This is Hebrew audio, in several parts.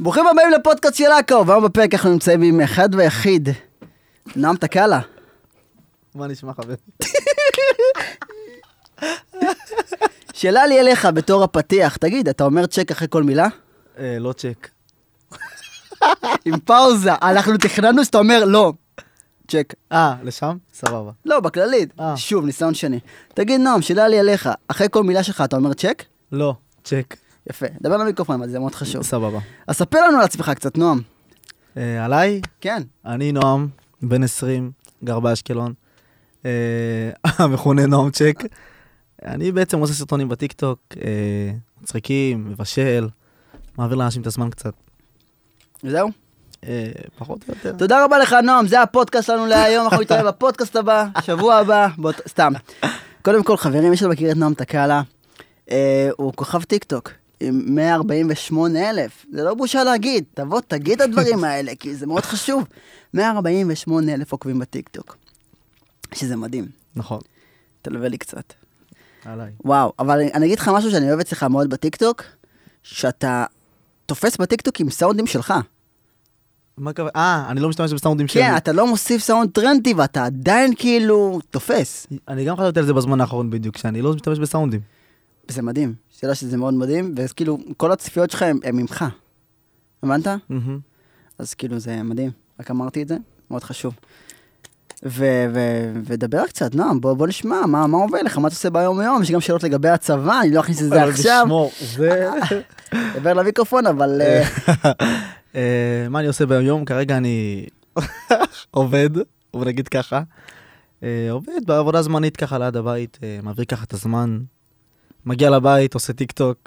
ברוכים הבאים לפודקאסט של עכו, והיום בפרק אנחנו נמצאים עם אחד ויחיד, נועם תקאלה. מה נשמע חבר? שאלה לי אליך בתור הפתיח, תגיד, אתה אומר צ'ק אחרי כל מילה? אה, לא צ'ק. עם פאוזה, אנחנו תכננו שאתה אומר לא. צ'ק. אה, לשם? סבבה. לא, בכללית. אה. שוב, ניסיון שני. תגיד, נועם, שאלה לי אליך, אחרי כל מילה שלך אתה אומר צ'ק? לא, צ'ק. יפה. דבר למיקרופון, אבל זה מאוד חשוב. סבבה. אז ספר לנו על עצמך קצת, נועם. אה, עליי, כן. אני נועם, בן 20, גר באשקלון, אה, המכונה נועם צ'ק. אני בעצם עושה סרטונים בטיקטוק, אה, מצחיקים, מבשל, מעביר לאנשים את הזמן קצת. זהו. אה, פחות או יותר. תודה רבה לך, נועם, זה הפודקאסט שלנו להיום, אנחנו נתראה בפודקאסט הבא, שבוע הבא, באות... סתם. קודם כל, חברים, מי שלא מכיר את נועם תקאלה, אה, הוא כוכב טיקטוק. עם 148 אלף, זה לא בושה להגיד, תבוא תגיד את הדברים האלה, כי זה מאוד חשוב. 148 אלף עוקבים בטיקטוק, שזה מדהים, נכון, תלווה לי קצת. עליי. וואו, אבל אני- אני אגיד לך משהו שאני אוהב אצלך מאוד בטיקטוק, שאתה תופס בטיקטוק עם סאונדים שלך. מה הכוונה? אה, אני לא משתמש בסאונדים שלי. כן, אתה לא מוסיף סאונד טרנדי ואתה עדיין כאילו תופס. אני גם חשבתי על זה בזמן האחרון בדיוק, שאני לא משתמש בסאונדים. זה מדהים, שאלה שזה מאוד מדהים, וכאילו כל הצפיות שלך הם, הם ממך. הבנת? מהמם. אז כאילו זה מדהים, רק אמרתי את זה, מאוד חשוב. ו- ו- ודבר קצת, נועם, בוא, בוא נשמע, מה, מה עובר לך, מה אתה עושה ביום יום, יש גם שאלות לגבי הצבא, אני לא אכניס את זה אבל עכשיו, תשמור, זה... דבר למיקרופון, אבל... אה, אה, מה אני עושה ביום? כרגע אני עובד, בוא נגיד ככה. אה, עובד בעבודה זמנית ככה ליד הבית, אה, מעביר ככה את הזמן. מגיע לבית, עושה טיק טוק,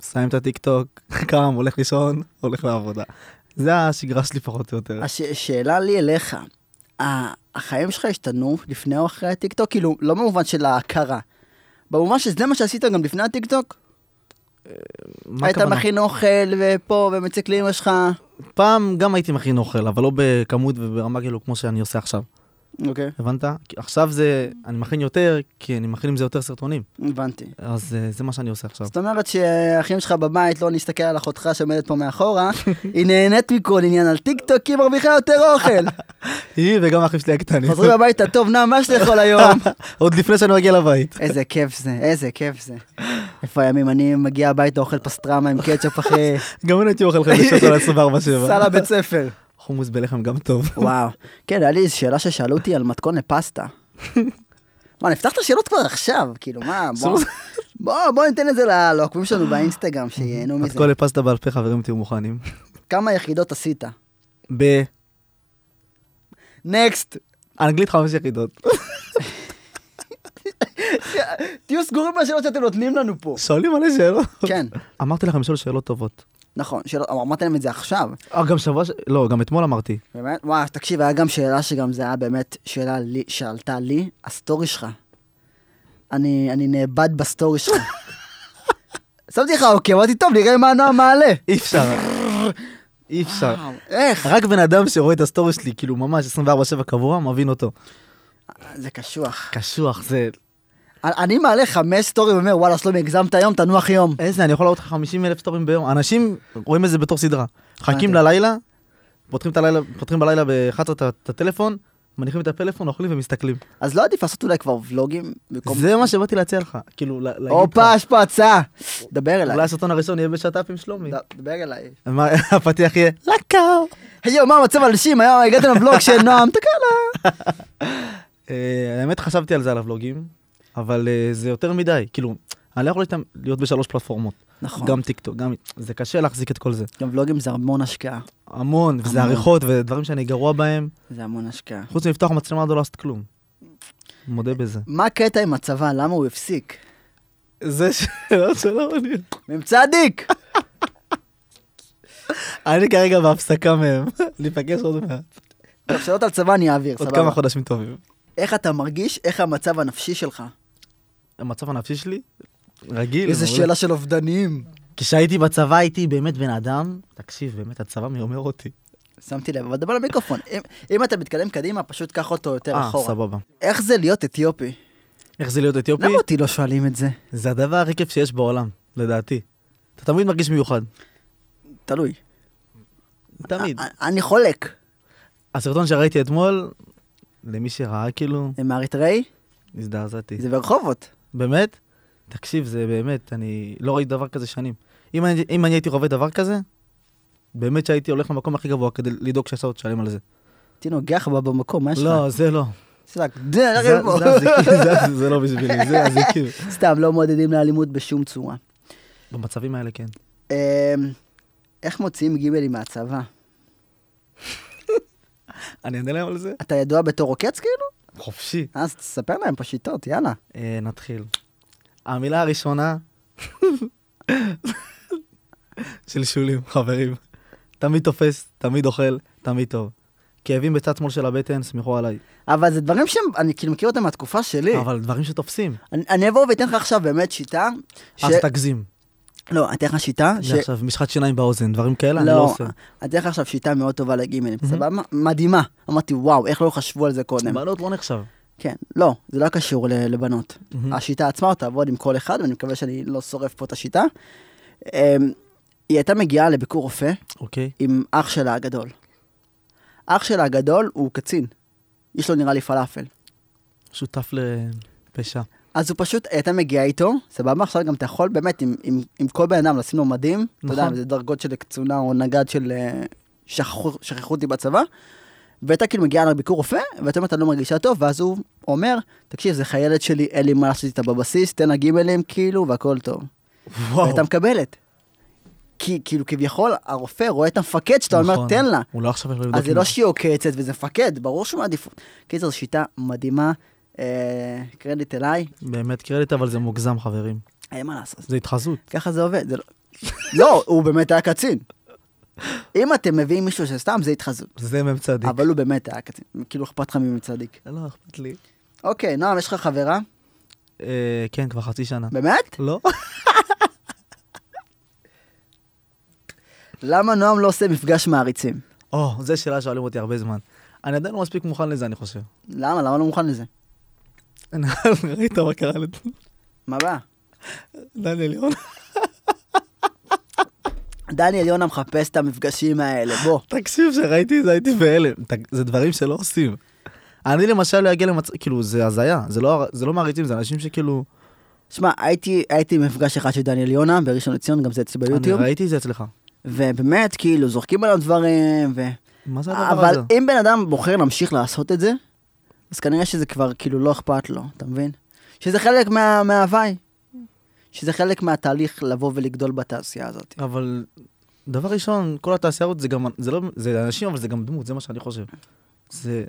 מסיים את הטיק טוק, קם, הולך לישון, הולך לעבודה. זה השגרה שלי פחות או יותר. הש- שאלה לי אליך, ה- החיים שלך השתנו לפני או אחרי הטיקטוק? כאילו, לא במובן של ההכרה. במובן שזה מה שעשית גם לפני הטיקטוק? מה היית הכוונה? מכין אוכל ופה ומציק לאמא שלך. פעם גם הייתי מכין אוכל, אבל לא בכמות וברמה כאילו כמו שאני עושה עכשיו. אוקיי. הבנת? כי עכשיו זה, אני מכין יותר, כי אני מכין עם זה יותר סרטונים. הבנתי. אז אה, זה מה שאני עושה עכשיו. זאת אומרת שהאחים שלך בבית, לא נסתכל על אחותך שעומדת פה מאחורה, היא נהנית מכל עניין על טיקטוק, כי היא מרוויחה יותר אוכל. היא וגם האחים שלי הקטנים. חוזרים הביתה, טוב, נעם, מה שאתה יכול היום? עוד לפני שאני מגיע לבית. איזה כיף זה, איזה כיף זה. איפה הימים, אני מגיע הביתה, אוכל פסטרמה עם קטשופ אחרי גם אני הייתי אוכל חדשות על 24-7. סל הבית ספר. חומוס בלחם גם טוב. וואו. כן, היה לי איזו שאלה ששאלו אותי על מתכון לפסטה. מה, נפתח את השאלות כבר עכשיו, כאילו, מה, בוא, בוא, בוא ניתן את זה ל- לעוקבים שלנו באינסטגרם, שייהנו מזה. מתכון לפסטה בעל פה, חברים, תהיו מוכנים. כמה יחידות עשית? נקסט. באנגלית חמש יחידות. תהיו סגורים בשאלות שאתם נותנים לנו פה. שואלים מלא שאלות. כן, אמרתי לכם לשאול שאלות טובות. נכון, שאלות, אבל אמרתי להם את זה עכשיו. אה, גם שבוע ש... לא, גם אתמול אמרתי. באמת? וואו, תקשיב, היה גם שאלה שגם זה היה באמת שאלה לי, שעלתה לי, הסטורי שלך. אני, אני נאבד בסטורי שלך. שמתי לך אוקיי, אמרתי, טוב, נראה מה נועם מעלה. אי אפשר. אי אפשר. וואו, איך? רק בן אדם שרואה את הסטורי שלי, כאילו ממש 24-7 קבוע, מבין אותו. זה קשוח. קשוח, זה... אני מעלה חמש סטורי ואומר, וואלה, שלומי, הגזמת היום, תנוח יום. איזה, אני יכול לעלות לך 50 אלף סטורים ביום. אנשים רואים את זה בתור סדרה. מחכים הבנתי. ללילה, פותחים את הלילה, פותחים בלילה ב-11 את ה- את הטלפון, מניחים את הפלאפון, אוכלים ומסתכלים. אז לא עדיף לעשות אולי כבר ולוגים? במקום- זה מה שבאתי להציע לך. כאילו, לה- להגיד לך. הופה, יש פה הצעה. דבר אולי אליי. הסרטון הראשון יהיה בשת"פ עם שלומי. דבר אליי. מה, הפתיח יהיה, לקו. היי, יו, מה המצב האנשים? היום הגעתם לבלוג של נועם תקלה. אה, האמת, חשבתי על זה על הוולוגים, אבל אה, זה יותר מדי. כאילו, אני לא יכול להשתמ- להיות בשלוש פלטפורמות. נכון. גם טיקטוק, גם... זה קשה להחזיק את כל זה. גם ולוגים זה המון השקעה. המון, וזה המון. עריכות ודברים שאני גרוע בהם. זה המון השקעה. חוץ מלפתוח מצלמה עוד לא לעשות כלום. מודה בזה. מה הקטע עם הצבא? למה הוא הפסיק? זה שאלה שלא מעניין. ממצא דיק! אני כרגע בהפסקה מהם. ניפגש עוד מעט. טוב, שאלות על צבא אני אעביר, עוד כמה סבבה. חודשים טובים. איך אתה מרגיש? איך המצב הנפשי שלך? המצב הנפשי שלי? רגיל. איזה מעולה. שאלה של אובדניים. כשהייתי בצבא הייתי באמת בן אדם, תקשיב, באמת הצבא מרמר אותי. שמתי לב, אבל דבר למיקרופון. אם- אם אתה מתקדם קדימה, פשוט קח אותו יותר אה, אחורה. סבבה. איך זה להיות אתיופי? איך זה להיות אתיופי? למה אותי לא שואלים את זה? זה הדבר הכי כיף שיש בעולם, לדעתי. אתה תמיד מרגיש מיוחד. תלוי. תמיד. א- אני חולק. הסרטון שראיתי אתמול, למי שראה כאילו, הם מאריתראי? הזדעזעתי. זה ברחובות. באמת? תקשיב, זה באמת, אני לא ראיתי דבר כזה שנים. אם אני, אם אני הייתי חווה דבר כזה, באמת שהייתי הולך למקום הכי גבוה כדי לדאוג שהסעות תשלם על זה. הייתי נוגח בה במקום, מה יש לך? לא, זה לא. זה רק, "דה, זה- הרי בוא." זה הזיקים, זה- זה לא בשבילי, זה הזיקים. סתם, לא מעודדים לאלימות בשום צורה. במצבים האלה כן. אמ, איך מוציאים גימלים מהצבא? אני אענה להם על זה? אתה ידוע בתור עוקץ כאילו? חופשי. אז תספר להם פה שיטות, יאללה. אה, נתחיל. המילה הראשונה שלשולים, חברים. תמיד תופס, תמיד אוכל, תמיד טוב. כאבים בצד שמאל של הבטן, סמכו עליי. אבל זה דברים שאני כאילו מכיר אותם מהתקופה שלי. אבל דברים שתופסים. אני- אני אבוא ואתן לך עכשיו באמת שיטה. ש- אז תגזים. לא, אני אתן לך שיטה. ש- זה עכשיו משחת שיניים באוזן, דברים כאלה, אני לא לא, עושה. אני אתן לך עכשיו שיטה מאוד טובה לגימלים, סבבה? מדהימה. אמרתי, וואו, איך לא חשבו על זה קודם. בנות לא נחשב. כן, לא, זה לא קשור ל- לבנות. מהמם. השיטה עצמה תעבוד עם כל אחד, ואני מקווה שאני לא שורף פה את השיטה. אמ, היא הייתה מגיעה לביקור רופא אוקיי. עם אח שלה הגדול. אח שלה הגדול הוא קצין. יש לו נראה לי פלאפל. שותף לפשע. אז הוא פשוט הייתה מגיעה איתו, סבבה? עכשיו גם אתה יכול באמת עם, עם, עם כל בן אדם לשים לו מדים, אתה יודע, נכון. זה דרגות של קצונה או נגד של אה, שכחו שכחו אותי בצבא, והייתה כאילו מגיעה לביקור רופא, ואתה אומרת, אני לא מרגישה טוב, ואז הוא אומר, תקשיב, זה חיילת שלי, אין לי מה לעשות איתה בבסיס, תן לה גימלים כאילו, והכל טוב. וואו. והייתה מקבלת. כי כאילו כביכול הרופא רואה את המפקד שאתה אומר, נכון. תן לה. הוא לא עכשיו הולך לבדוק אז זה לא ממנו. שהיא עוקצת וזה מפקד, ברור שהוא מעדיף. קיצר, זו שיטה מדהימה, אה, קרדיט אליי, באמת קרדיט, אבל זה מוגזם, חברים. אין מה לעשות. זה התחזות. ככה זה עובד, זה לא... לא, הוא באמת היה קצין. אם אתם מביאים מישהו שסתם, זה התחזות. זה מ"ם צדיק. אבל הוא באמת היה קצין, כאילו אכפת לך ממי צדיק. לא אכפת לי. אוקיי, נועם, יש לך חברה? אה, כן, כבר חצי שנה. באמת? לא? למה נועם לא עושה מפגש מעריצים? או, זו שאלה שואלים אותי הרבה זמן. אני עדיין לא מספיק מוכן לזה, אני חושב. למה? למה לא מוכן לזה? ראית מה קרה מה הבעיה? לדניאל יונה? דניאל יונה מחפש את המפגשים האלה, בוא. תקשיב, כשראיתי את זה הייתי בהלם. ת- זה דברים שלא עושים. אני למשל לא אגיע למצב, כאילו, זה הזיה. זה לא- זה לא מעריצים, זה אנשים שכאילו... שמע, הייתי, הייתי במפגש אחד של דניאל יונה בראשון לציון, גם זה אצלי אני ביוטיוב, ראיתי את זה אצלך. ובאמת, כאילו, זורקים עליו דברים, ו... מה זה הדבר אבל הזה? אם בן אדם בוחר להמשיך לעשות את זה, אז כנראה שזה כבר כאילו לא אכפת לו, אתה מבין? שזה חלק מה, מההוואי. שזה חלק מהתהליך לבוא ולגדול בתעשייה הזאת. אבל דבר ראשון, כל התעשיות זה גם, זה לא, זה אנשים, אבל זה גם דמות, זה מה שאני חושב. זה...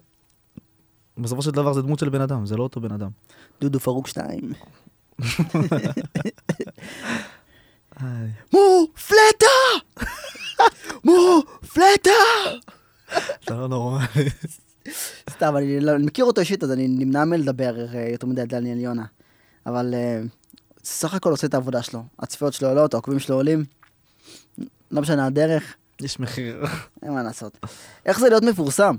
בסופו של דבר זה דמות של בן אדם, זה לא אותו בן אדם. דודו פרוק 2. איי. מופלטה! מופלטה! אתה לא נורמלי. סתם, אני, לא- אני מכיר אותו אישית, אז אני נמנע מלדבר אה, יותר מדי על דניאל יונה. אבל אה, סך הכל עושה את העבודה שלו. הצפיות שלו עולות, העוקבים שלו עולים. לא משנה הדרך, יש מחיר. אין מה לעשות. איך זה להיות מפורסם?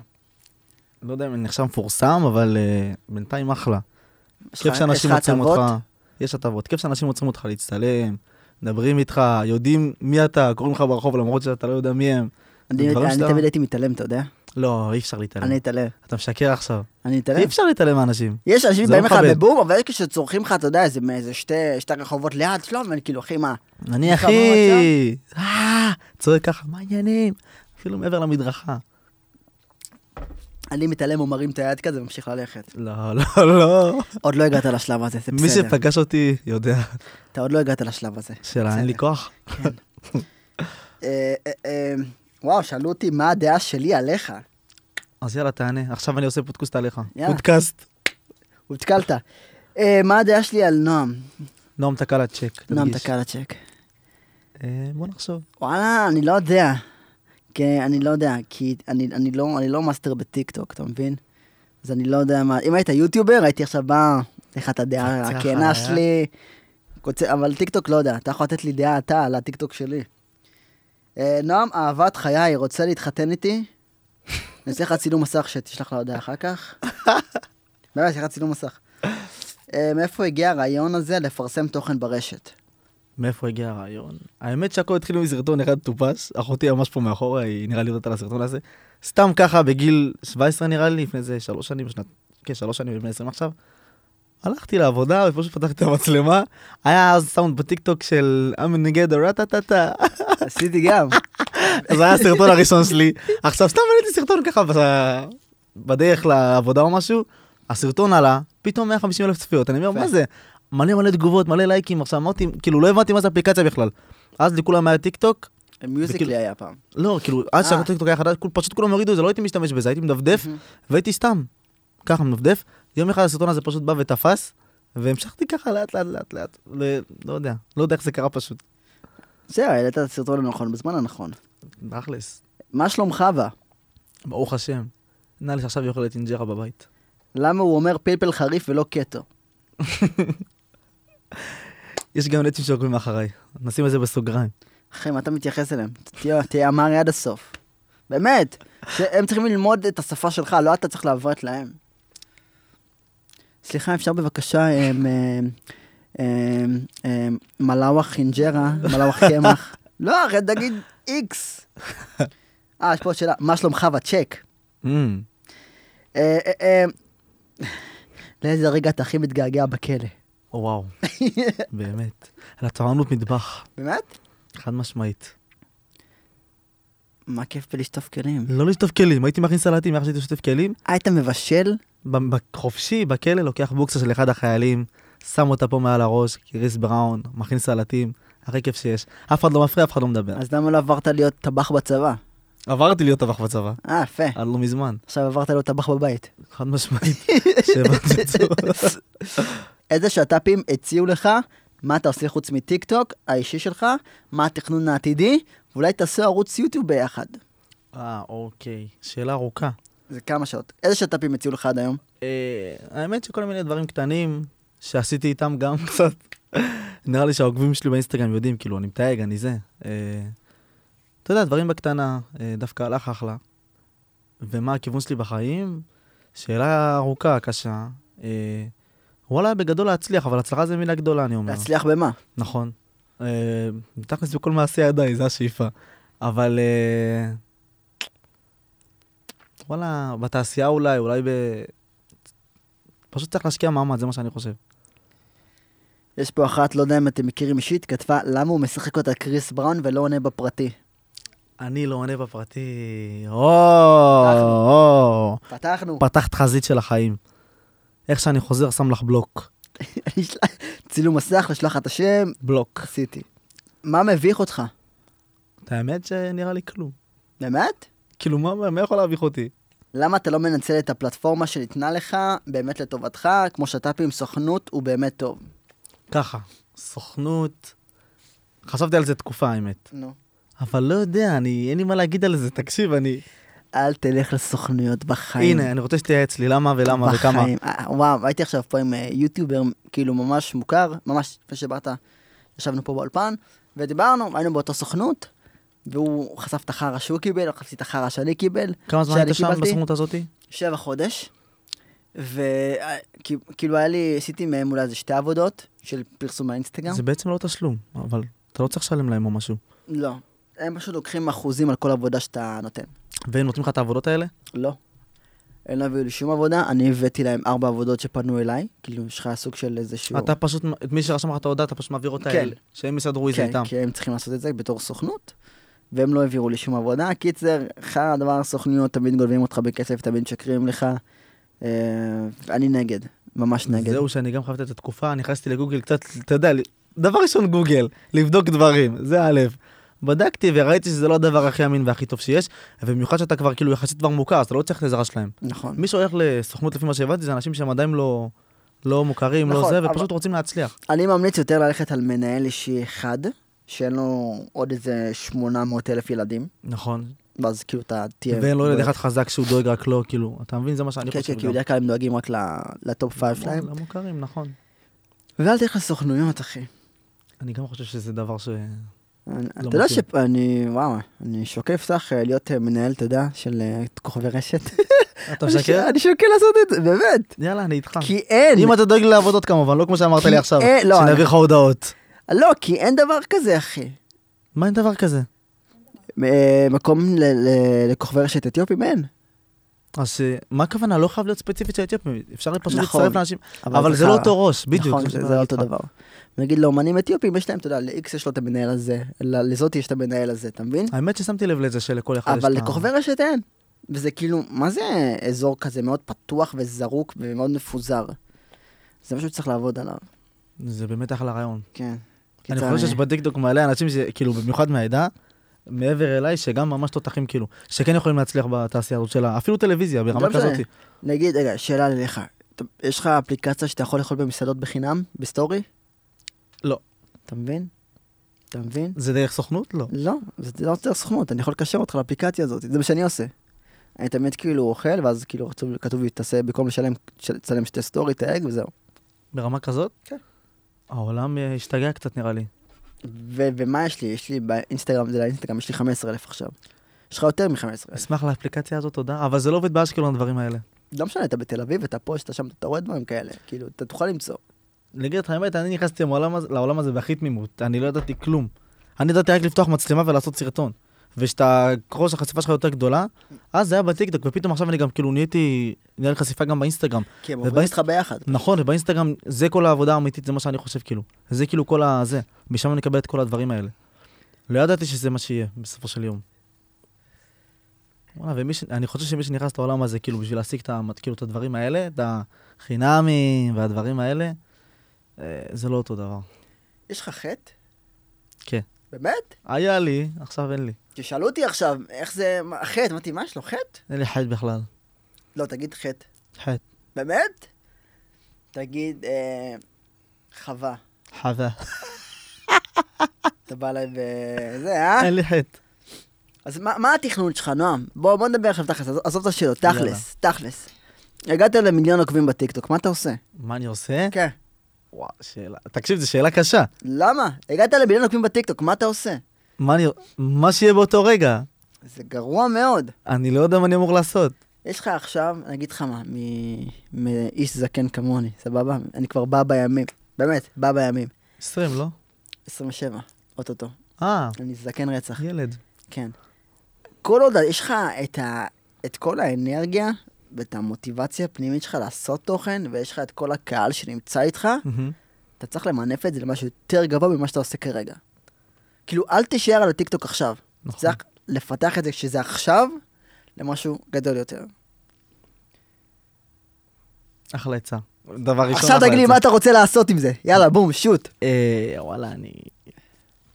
לא יודע אם אני נחשב מפורסם, אבל אה, בינתיים אחלה. יש כיף לך- שאנשים יש לך עוצרים הטבות? אותך. יש הטבות. כיף שאנשים עוצרים אותך להצטלם, מדברים איתך, יודעים מי אתה, קוראים לך ברחוב למרות שאתה לא יודע מי הם. אני דברים אני שאתה- תמיד הייתי מתעלם, אתה יודע? לא, אי אפשר להתעלם. אני אתעלם. אתה משקר עכשיו. אני אתעלם. אי אפשר להתעלם מאנשים. יש אנשים זה לא שבאים לך מכבד. בבום, אבל יש כשצורכים לך, אתה יודע, איזה מאיזה שתי שתי רחובות ליד, שלום, ואני כאילו, אחי, מה? אני כמה אחי! אה, צועק ככה, מה העניינים? אפילו מעבר למדרכה. אני מתעלם, הוא מרים את היד כזה וממשיך ללכת. לא, לא, לא. עוד לא הגעת לשלב הזה, זה מי בסדר. שפגש אותי יודע אתה עוד לא הגעת לשלב הזה. שלה, אין לי כוח. אה, אה, אה, וואו, שאלו אותי מה הדעה שלי עליך. אז יאללה, תענה. עכשיו אני עושה פודקאסט עליך. יאללה. פודקאסט. הותקלת. אה, מה הדעה שלי על נועם? נועם תקע לה צ'ק. נועם תדגיש. תקלצ'ק. אה, בוא נחשוב. וואלה, אני לא יודע. כי אני לא יודע, כי אני, אני, לא, אני לא מאסטר בטיקטוק, אתה מבין? אז אני לא יודע מה... אם היית יוטיובר, הייתי עכשיו בא, איך אתה דעה פצח הכנה עליה. שלי. קוצ... אבל טיקטוק לא יודע, אתה יכול לתת לי דעה אתה על הטיקטוק שלי. אה, נועם, אהבת חיי, רוצה להתחתן איתי? אני אעשה לך צילום מסך שתשלח לה הודעה אחר כך. לא, באמת, יש לך צילום מסך. אה, מאיפה הגיע הרעיון הזה לפרסם תוכן ברשת? מאיפה הגיע הרעיון? האמת שהכל התחיל מסרטון אחד מטופש, אחותי ממש פה מאחורה, היא נראה לי יודעת על הסרטון הזה. סתם ככה בגיל 17 נראה לי, לפני איזה שלוש שנים, שנת... כן, שלוש שנים, בני 20 עכשיו. הלכתי לעבודה ופשוט פתחתי את המצלמה, היה אז סאונד בטיקטוק של I'm in the ghetto, רטטטה. עשיתי גם. אז זה היה הסרטון הראשון שלי. עכשיו סתם העליתי סרטון ככה בס- בדרך לעבודה או משהו, הסרטון עלה, פתאום 150 אלף צפיות, אני אומר, יפה. מה זה? מלא מלא תגובות, מלא לייקים, עכשיו אמרתי, כאילו לא הבנתי מה זה אפליקציה בכלל. אז לכולם היה טיק טוק, מיוזיקלי וכאילו- היה פעם. לא, כאילו, אז אה. שהטיקטוק היה חדש, כול- פשוט כולם הורידו את זה, לא הייתי משתמש בזה, הייתי מדפדף, והייתי סתם, ככה מדפדף. יום אחד הסרטון הזה פשוט בא ותפס, והמשכתי ככה לאט לאט לאט לאט, ל- לא יודע, לא יודע איך זה קרה פשוט, בסדר, העלית את הסרטון הנכון בזמן הנכון. תכלס. מה שלום חווה? ברוך השם. נראה לי שעכשיו היא אוכלת אינג'רה בבית. למה הוא אומר פלפל חריף ולא קטו? יש גם נטים שעוקבים אחריי, נשים את זה בסוגריים. אחי, מה אתה מתייחס אליהם? תהיה- תהיה אמרי עד הסוף. באמת, שהם צריכים ללמוד את השפה שלך, לא אתה צריך לעברת להם. סליחה, אפשר בבקשה, אמ, אמ, אמ, אמ, מלאווה חינג'רה, מלאווה קמח. לא, אחי, תגיד איקס. אה, יש פה עוד שאלה, מה שלומך בצ'ק? אמ, אה, אה, אה, לאיזה רגע אתה הכי מתגעגע בכלא? וואו, באמת. על הצוענות מטבח, באמת? חד משמעית. מה כיף בלשטוף כלים? לא לשטוף כלים, הייתי מכניס סלטים, איך שהייתי לשטוף כלים, אה, היית מבשל? ב- ב- חופשי, בכלא, לוקח בוקסה של אחד החיילים, שם אותה פה מעל הראש, קריס בראון, מכין סלטים, הכי כיף שיש. אף אחד לא מפריע, אף אחד לא מדבר. אז למה לא עברת להיות טבח בצבא? עברתי להיות טבח בצבא, אה, יפה. עד לא מזמן, עכשיו עברת להיות טבח בבית. חד משמעית. שהבנתי את זה. איזה שת"פים הציעו לך, מה אתה עושה חוץ מטיק טוק, האישי שלך, מה התכנון העתידי, ואולי תעשו ערוץ יוטיוב ביחד. אה, אוקיי, שאלה ארוכה. זה כמה שעות. איזה שת"פים הציעו לך עד היום? אה, האמת שכל מיני דברים קטנים שעשיתי איתם גם קצת. נראה לי שהעוקבים שלי באינסטגרם יודעים, כאילו, אני מתייג, אני זה. אה, אתה יודע, דברים בקטנה, אה, דווקא הלך אחלה. ומה הכיוון שלי בחיים? שאלה ארוכה, קשה. אה, וואלה, בגדול להצליח, אבל הצלחה זה מילה גדולה, אני אומר. להצליח במה? נכון. אה, תכלס בכל מעשי ידיי, זו השאיפה. אבל אה, וואלה, בתעשייה אולי, אולי ב... פשוט צריך להשקיע מאמץ, זה מה שאני חושב. יש פה אחת, לא יודע אם אתם מכירים אישית, כתבה למה הוא משחק אותה קריס בראון ולא עונה בפרטי. אני לא עונה בפרטי. או, פתחנו. פתחת חזית של החיים. איך שאני חוזר, שם לך בלוק. אני אשלח- צילום מסך, אשלח את השם, בלוק. עשיתי. מה מביך אותך? את האמת שנראה לי כלום. באמת? כאילו, מה, מה יכול להביך אותי? למה אתה לא מנצל את הפלטפורמה שניתנה לך באמת לטובתך, כמו שת"פים, סוכנות, הוא באמת טוב? ככה, סוכנות... חשבתי על זה תקופה, האמת. נו. אבל לא יודע, אני, אין לי מה להגיד על זה, תקשיב, אני... אל תלך לסוכנויות בחיים. הנה, אני רוצה שתייעץ לי למה ולמה וכמה. בחיים. אה, וואו, הייתי עכשיו פה עם אה, יוטיובר כאילו ממש מוכר, ממש לפני שבאת, ישבנו פה באולפן, ודיברנו, היינו באותה סוכנות, והוא חשף את החרא שהוא קיבל, חשפתי את החרא שאני קיבל, כמה זמן שאני היית שם קיבלתי? בסוכנות הזאתי? שבע חודש, וכאילו כאילו, היה לי, עשיתי מהם אולי איזה שתי עבודות של פרסום באינסטגרם. זה בעצם לא תשלום, אבל אתה לא צריך לשלם להם או משהו. לא. הם פשוט לוקחים אחוזים על כל עבודה שאתה נותן. והם נותנים לך את העבודות האלה? לא. הם לא הביאו לי שום עבודה, אני הבאתי להם ארבע עבודות שפנו אליי, כאילו יש לך סוג של איזשהו... אתה פשוט, את מי שרשם לך את ההודעה, אתה פשוט מעביר אותה כן. אלה. שהם יסדרו את זה כן, איתם. כי הם צריכים לעשות את זה בתור סוכנות, והם לא העבירו לי שום עבודה. קיצר, אחד הדבר הסוכניות, תמיד גונבים אותך בכסף, תמיד משקרים לך. אה, אני נגד, ממש נגד. זהו, שאני גם חייבת את התקופה, נכנסתי לגוגל קצת, אתה יודע, דבר ראשון גוגל, לבדוק דברים, זה א', בדקתי וראיתי שזה לא הדבר הכי אמין והכי טוב שיש, ובמיוחד שאתה כבר כאילו יחסית כבר מוכר, אז אתה לא צריך את העזרה שלהם. נכון. מי שהולך לסוכנות לפי מה שהבנתי זה אנשים שהם עדיין לא, לא מוכרים, לא נכון, זה, אבל- ופשוט רוצים להצליח. אני ממליץ יותר ללכת על מנהל אישי אחד, שאין לו עוד איזה 800 אלף ילדים, נכון. ואז כאילו אתה תהיה... ואין לו ילד אחד חזק שהוא דואג רק לו, כאילו, אתה מבין? זה מה שאני כן, חושב. כן, כי גם. לא, בדרך כלל הם דואגים רק ל- לטופ פייב שלהם. למוכרים, נכון. ואל תלך לסוכנויות, אחי. אני גם חושב שזה דבר ש... אני- לא אתה יודע מתאים. שאני, וואו, אני שוקל לפתח אה, להיות אה, מנהל, אתה יודע, של אה, כוכבי רשת. אתה אני ש- משקר? אני שוקל לעשות את זה, באמת. יאללה, אני איתך. כי אין. אם אתה דואג לעבודות כמובן, לא כמו שאמרת כי- לי עכשיו, אה, לא, שנעביר לך הודעות. לא, כי אין דבר כזה, אחי. מה אין דבר כזה? אה, מקום ל- ל- לכוכבי רשת אתיופים אין. אז אה, מה הכוונה? לא חייב להיות ספציפית של אתיופים, אפשר פשוט נכון. להצטרף לאנשים, אבל זה לא חרא. אותו ראש, בדיוק. נכון, מה זה שאני זה לא אגיד אותו לך. דבר. נגיד לאומנים אתיופים יש להם, אתה יודע, ל-X יש לו את המנהל הזה, ל- לזאתי יש את המנהל הזה, אתה מבין? האמת ששמתי לב לזה שלכל אחד יש את ה... אבל לכוכבי רשת אין. וזה כאילו, מה זה אזור כזה מאוד פתוח וזרוק ומאוד מפוזר? זה משהו שצריך לעבוד עליו. זה באמת אחלה רעיון. כן. אני קיצר, חושב שיש בטיקטוק מלא אנשים שכאילו במיוחד מהעדה, מעבר אליי, שגם ממש תותחים כאילו, שכן יכולים להצליח בתעשייה הזאת שלה, אפילו טלוויזיה ברמה לא משנה. כזאת. נגיד, רגע, שאלה אליך. אתה- יש לך אפליקציה שאתה יכול לאכול במסעדות בחינם? בסטורי? לא. אתה מבין? אתה מבין? זה דרך סוכנות? לא. לא, זה לא יותר סוכנות, אני יכול לקשר אותך לאפליקציה הזאת, זה מה שאני עושה. אני תמיד כאילו אוכל, ואז כאילו כתוב- כתוב לי, תעשה, במקום לשלם, תצלם שתי סטורי, תייג וזהו. ברמה כזאת? כן. העולם אה, השתגע קצת נראה לי. ו- ומה יש לי? יש לי באינסטגרם, זה לאינסטגרם, יש לי 15,000 עכשיו. יש לך יותר מ-15,000. אשמח לאפליקציה הזאת, תודה, אבל זה לא עובד באשקלון הדברים האלה. לא משנה, אתה בתל אביב, אתה פה, אתה שם, אתה רואה דברים כאלה. כאילו, אתה תוכל למצוא. להגיד לך האמת, אני נכנסתי לעולם הזה- לעולם הזה בהכי תמימות, אני לא ידעתי כלום. אני ידעתי רק לפתוח מצלמה ולעשות סרטון. ושאתה, ככל שהחשיפה שלך יותר גדולה, אז זה היה בטיקטוק, ופתאום עכשיו אני גם כאילו נהייתי, נהיה לי חשיפה גם באינסטגרם. כי הם ובאינס- עוברים איתך ביחד. נכון, ובאינסטגרם זה כל העבודה האמיתית, זה מה שאני חושב כאילו. זה כאילו כל ה... זה, משם אני אקבל את כל הדברים האלה. לא ידעתי שזה מה שיהיה בסופו של יום. וואלה, ומי ש... אני חושב שמי שנכנס לעולם הזה, כאילו, בשביל להשיג את, ה... כאילו, את הדברים האלה, את החינמים והדברים האלה, אה, זה לא אותו דבר. יש לך חטא? כן. באמת? היה לי, עכשיו אין לי. כי שאלו אותי עכשיו, איך זה, מה- חטא? אמרתי, מה יש לו, חטא? אין לי חטא בכלל. לא, תגיד חטא. חטא. באמת? תגיד, אה, חווה. חווה. אתה בא אליי וזה, אה? אין לי חטא. אז מה, מה התכנון שלך, נועם? בוא, בוא נדבר עכשיו תכלס, עזוב- עזוב את השאלות, יאללה. תכלס, תכלס. הגעת למיליון עוקבים בטיקטוק, מה אתה עושה? מה אני עושה? כן. וואו, שאלה. תקשיב, זו שאלה קשה. למה? הגעת למיליון עוקבים בטיקטוק, מה אתה עושה? מה אני... מה שיהיה באותו רגע, זה גרוע מאוד. אני לא יודע מה אני אמור לעשות. יש לך עכשיו, אני אגיד לך מה, מ- מאיש זקן כמוני, סבבה? אני כבר בא בימים, באמת, בא בימים. 20, לא? 27, אוטוטו. אה, אני זקן רצח, ילד. כן. כל עוד יש לך את, ה... את כל האנרגיה ואת המוטיבציה הפנימית שלך לעשות תוכן, ויש לך את כל הקהל שנמצא איתך, מהמם. אתה צריך למנף את זה למשהו יותר גבוה ממה שאתה עושה כרגע. כאילו, אל תישאר על הטיקטוק עכשיו. נכון. צריך לפתח את זה כשזה עכשיו, למשהו גדול יותר. אחלה עצה. דבר ראשון, עכשיו אחלה תגיד לי עצה. מה אתה רוצה לעשות עם זה. יאללה, בום, שוט. אה, וואלה, אני...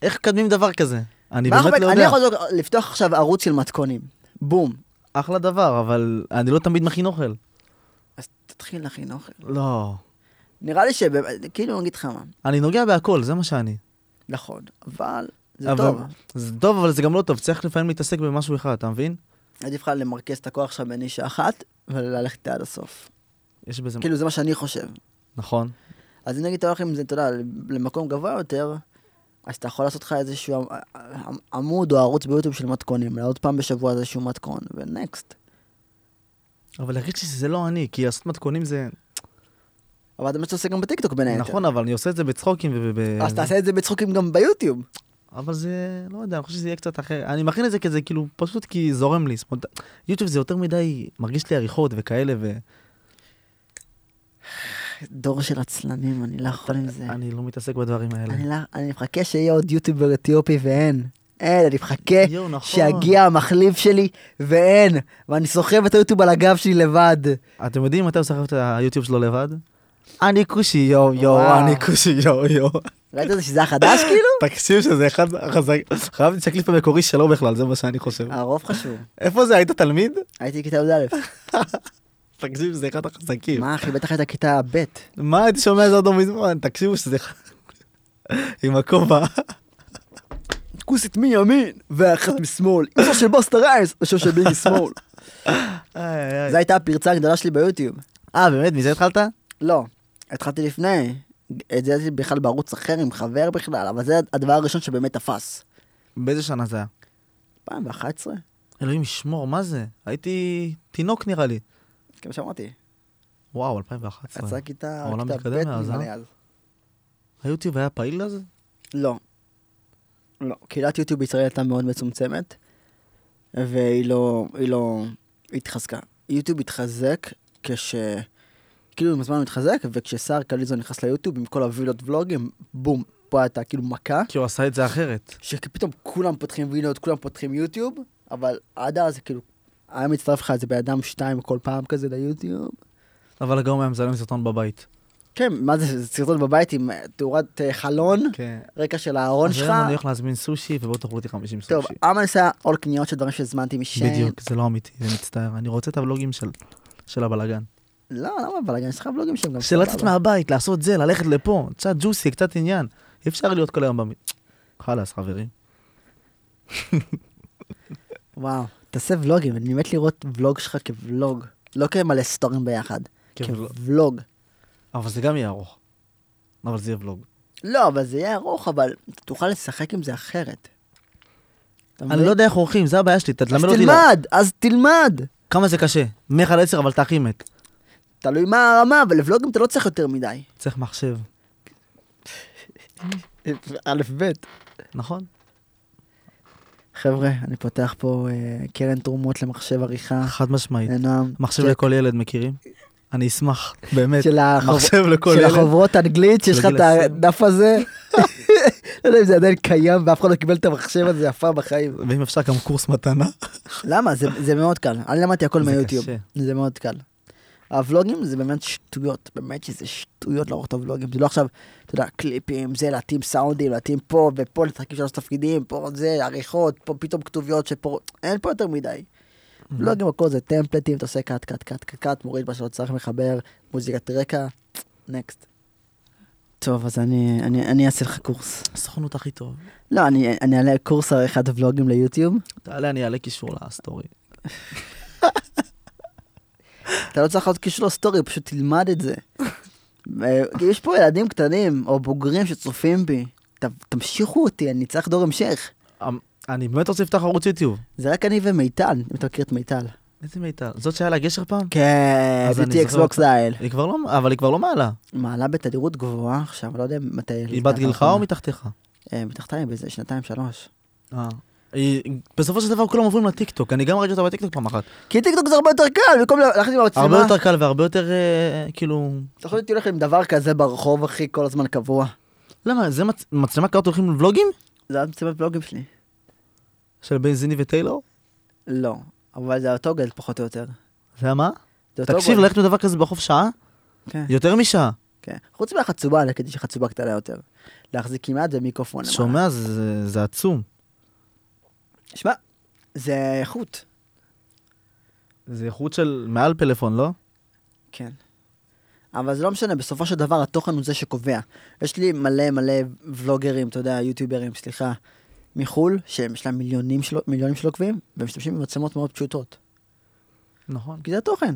איך מקדמים דבר כזה? אני מה אנחנו- באמת לא אני יודע. יכול לפתוח עכשיו ערוץ של מתכונים. בום. אחלה דבר, אבל אני לא תמיד מכין אוכל. אז תתחיל להכין אוכל. לא. נראה לי שבאמת, כאילו, אני אגיד לך מה. אני נוגע בהכל, זה מה שאני. נכון, אבל זה אבל- טוב. זה טוב, אבל זה גם לא טוב. צריך לפעמים להתעסק במשהו אחד, אתה מבין? עדיף לך למרכז את הכוח שלך בין אישה אחת, וללכת איתה עד הסוף. יש בזה... כאילו, זה מה שאני חושב. נכון. אז אם נגיד אתה הולך עם זה, אתה יודע, למקום גבוה יותר, אז אתה יכול לעשות לך איזשהו עמ- עמוד או ערוץ ביוטיוב של מתכונים, לעוד פעם בשבוע איזשהו מתכון, ונקסט. אבל להגיד שזה לא אני, כי לעשות מתכונים זה... אבל זה מה שאתה עושה גם בטיקטוק בין היתר. נכון, אה, אבל אני עושה את זה בצחוקים וב... אז תעשה את זה בצחוקים גם ביוטיוב. אבל זה, לא יודע, אני חושב שזה יהיה קצת אחר. אני מכין את זה כזה, כאילו, פשוט כי זורם לי. ספונט... יוטיוב זה יותר מדי, מרגיש לי עריכות וכאלה, דור של עצלנים, אני לא יכול עם זה. ואני לא מתעסק בדברים האלה. אני לא- אני מחכה שיהיה עוד יוטיובר אתיופי ואין. אין, אני מחכה יואו, נכון. שיגיע המחליף שלי ואין. ואני סוחב את היוטיוב על הגב שלי לבד. אתם יודעים מתי הוא סחב את היוטיוב שלו לבד? אני כושי יואו יואו, וואו. אני כושי יואו יואו. ראית את זה שזה החדש כאילו? תקשיב שזה אחד החזק, חייב להיות שהקליפ המקורי שלו בכלל, זה מה שאני חושב. הרוב חשוב. איפה זה, היית תלמיד? הייתי כיתה י"א. תקשיב, זה אחד החזקים. מה אחי, בטח הייתה כיתה ב'. מה הייתי שומע את זה עוד לא מזמן? תקשיבו שזה... אחד- עם הכובע. כוסית מימין, ואחת משמאל. איזו של בוסטר רייס, איזו של ביגי שמאל. זו הייתה הפרצה הגדולה שלי ביוטיוב. אה, באמת? מזה התחלת? לא, התחלתי לפני. את זה עשיתי בכלל בערוץ אחר עם חבר בכלל, אבל זה הדבר הראשון שבאמת תפס. באיזה שנה זה היה? 2011? אלוהים ישמור, מה זה? הייתי תינוק נראה לי. כמו שאמרתי, וואו, 2011. יצאה כיתה העולם כיתה מתקדם ב' מאז, נראה לי אה? אז. היוטיוב היה פעיל אז? לא. לא. קהילת יוטיוב בישראל הייתה מאוד מצומצמת, והיא לא, היא לא התחזקה. יוטיוב התחזק כש... כאילו עם הזמן הוא התחזק, וכשסער קליזון נכנס ליוטיוב עם כל הווילות ולוגים, בום, פה הייתה כאילו מכה, כי הוא עשה את זה אחרת. שפתאום כולם פותחים וילות, כולם פותחים יוטיוב, אבל עד אז כאילו, היה מצטרף לך איזה בן אדם שתיים כל פעם כזה ליוטיוב. אבל הגאום היה מזלם סרטון בבית. כן, מה זה, זה סרטון בבית עם אה, תאורת אה, חלון, כן. רקע של הארון אז שלך. היום אני הולך להזמין סושי, ובוא תאכלו אותי 50 סושי. טוב, אמנס היה עול קניות של דברים שהזמנתי משם. בדיוק, זה לא אמיתי, זה מצטער. אני רוצה את הבלוגים של... של הבלאגן. לא, למה בלאגן? יש לך בלוגים שהם גם של לצאת סבבה. מהבית, לעשות זה, ללכת לפה, קצת ג'וסי, קצת עניין. אי אפשר להיות כל היום במיט. חלאס, חברים. וואו, תעשה ולוגים, אני מת לראות ולוג שלך כוולוג. לא כמלא סטורים ביחד, כוולוג. כוולוג. אבל זה גם יהיה ארוך. אבל זה יהיה ולוג. לא, אבל זה יהיה ארוך, אבל תוכל לשחק עם זה אחרת. אתה אני מבין? לא יודע איך עורכים, זה הבעיה שלי, אז תלמד אותי. לא? לה- תלמד, אז תלמד. כמה זה קשה. מ-1 עד 10, אבל אתה הכי מת. תלוי מה הרמה, אבל לבלוגים אתה לא צריך יותר מדי. צריך מחשב, א', ב'. נכון? חבר'ה, אני פותח פה אה, קרן תרומות למחשב עריכה. חד משמעית. לנועם. מחשב של- לכל ילד מכירים? אני אשמח, באמת. של החוב- מחשב לכל של ילד. החוברות אנגלית, שיש לך לגיל את עשרים. הדף הזה. לא יודע אם זה עדיין קיים ואף אחד לא קיבל את המחשב הזה אף פעם בחיים. ואם אפשר גם קורס מתנה. למה? זה- זה מאוד קל. אני למדתי הכל זה מהיוטיוב. קשה. זה מאוד קל. הוולוגים זה באמת שטויות, באמת שזה שטויות לערוך את הוולוגים. זה לא עכשיו, אתה יודע, קליפים, זה להתאים סאונדים, להתאים פה ופה, לשחקים שלוש תפקידים, פה זה, עריכות, פה פתאום כתוביות שפה, אין פה יותר מדי. וולוגים הכל זה טמפלטים, אתה עושה קאט, קאט, קאט, קאט, קאט, מוריד מה שלא צריך, מחבר, מוזיקת רקע, נקסט. טוב, אז אני, אני, אני אעשה לך קורס. הסוכנות הכי טוב. לא, אני, אני אעלה קורס עריכת ולוגים ליוטיוב. תעלה, אני אעלה קישור לסטורי. אתה לא צריך לעשות קישור לסטורי, פשוט תלמד את זה. אה, יש פה ילדים קטנים או בוגרים שצופים בי, ת, תמשיכו אותי, אני צריך דור המשך. אמ, אני באמת רוצה לפתוח ערוץ יוטיוב. זה רק אני ומיטל, אם אתה מכיר את מיטל. איזה מיטל. זאת שהיה לה גשר פעם? כן, אז אני ביטי זוכר אקסבוק אותה. סטייל. היא כבר לא, אבל היא כבר לא מעלה. מעלה בתדירות גבוהה עכשיו, אני לא יודע מתי... היא בת גילך או מתחתיך? אה, מתחתיים, באיזה שנתיים, שלוש. אה. היא- בסופו של דבר כולם עוברים לטיקטוק, אני גם ראיתי אותה בטיקטוק פעם אחת. כי טיקטוק זה הרבה יותר קל, במקום ללכת עם המצלמה. הרבה יותר קל והרבה יותר אה, כאילו... אתה יכול להיות הולך עם דבר כזה ברחוב, אחי, כל הזמן קבוע. למה, זה מצ- מצלמה כזאת הולכים לבלוגים? זה היה מצלמת בלוגים שלי. של בנזיני וטיילור? לא, אבל זה אותו גל פחות או יותר. זה היה מה? לא זה אותו תקשיב, גודל. ללכת לדבר כזה בחוף שעה? כן. יותר משעה. כן. חוץ מהחצובה, אני כדי שחצובה קטנה יותר. להחזיק עם יד ומיקרופון. למעלה. שומע, זה- זה- זה עצום. שמע, זה איכות. זה איכות של מעל פלאפון, לא? כן. אבל זה לא משנה, בסופו של דבר התוכן הוא זה שקובע. יש לי מלא מלא ולוגרים, אתה יודע, יוטיוברים, סליחה, מחו"ל, שיש להם מיליונים של, מיליונים של עוקבים, והם משתמשים במצלמות מאוד פשוטות. נכון. כי זה התוכן.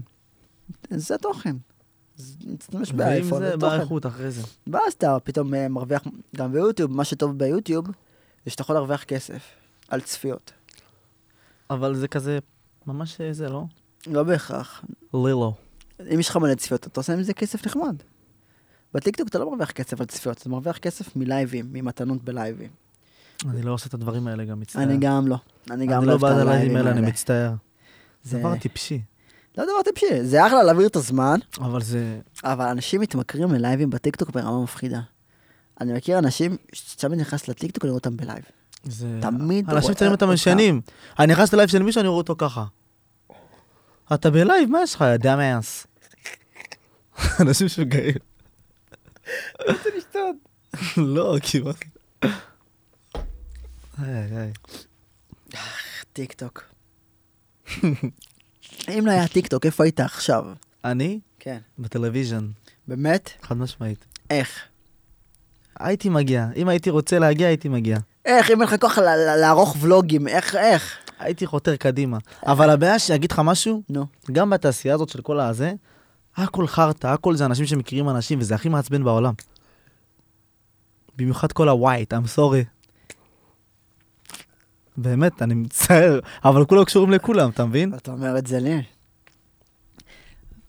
זה התוכן. זה נשתמש ואם באייפון, זה זה תוכן. באיכות אחרי זה. ואז אתה פתאום אה, מרוויח, גם ביוטיוב, מה שטוב ביוטיוב, זה שאתה יכול להרוויח כסף על צפיות. אבל זה כזה, ממש אה, זה, לא? לא בהכרח. לילו. אם יש לך מלא צפיות, אתה עושה עם זה כסף נחמד. בטיקטוק אתה לא מרוויח כסף על צפיות, אתה מרוויח כסף מלייבים, ממתנות בלייבים. אני לא עושה את הדברים האלה גם, מצטער. אני גם לא. אני גם אני לא לא אוהב את בעד הלייבים הלייבים האלה, האלה. אני מצטער. זה זה דבר טיפשי. לא דבר טיפשי, זה אחלה להעביר את הזמן, אבל זה... אבל אנשים מתמכרים ללייבים בטיקטוק ברמה מפחידה. אני מכיר אנשים שתמיד נכנס לטיקטוק לראות אותם בלייב. זה... תמיד אנשים רואה צעירים אותם אותם. ישנים. אני נכנס ללייב של מישהו, אני רואה אותו ככה. אתה בלייב, מה יש לך? יא מאס. אנשים שוגעים. לא, כי מה זה? איי, איי. טיקטוק. אם לא היה טיקטוק, איפה היית עכשיו? אני? כן. בטלוויז'ן, באמת? חד משמעית. איך? הייתי מגיע, אם הייתי רוצה להגיע, הייתי מגיע. איך, אם אין לך כוח ל- ל- לערוך ולוגים, איך, איך? הייתי חותר קדימה. אבל הבעיה שאגיד לך משהו, נו. גם בתעשייה הזאת של כל הזה, הכל חרטא, הכל זה אנשים שמכירים אנשים, וזה הכי מעצבן בעולם. במיוחד כל ה-white, I'm sorry. באמת, אני מצטער, אבל כולם קשורים לכולם, אתה מבין? אתה אומר את זה לי.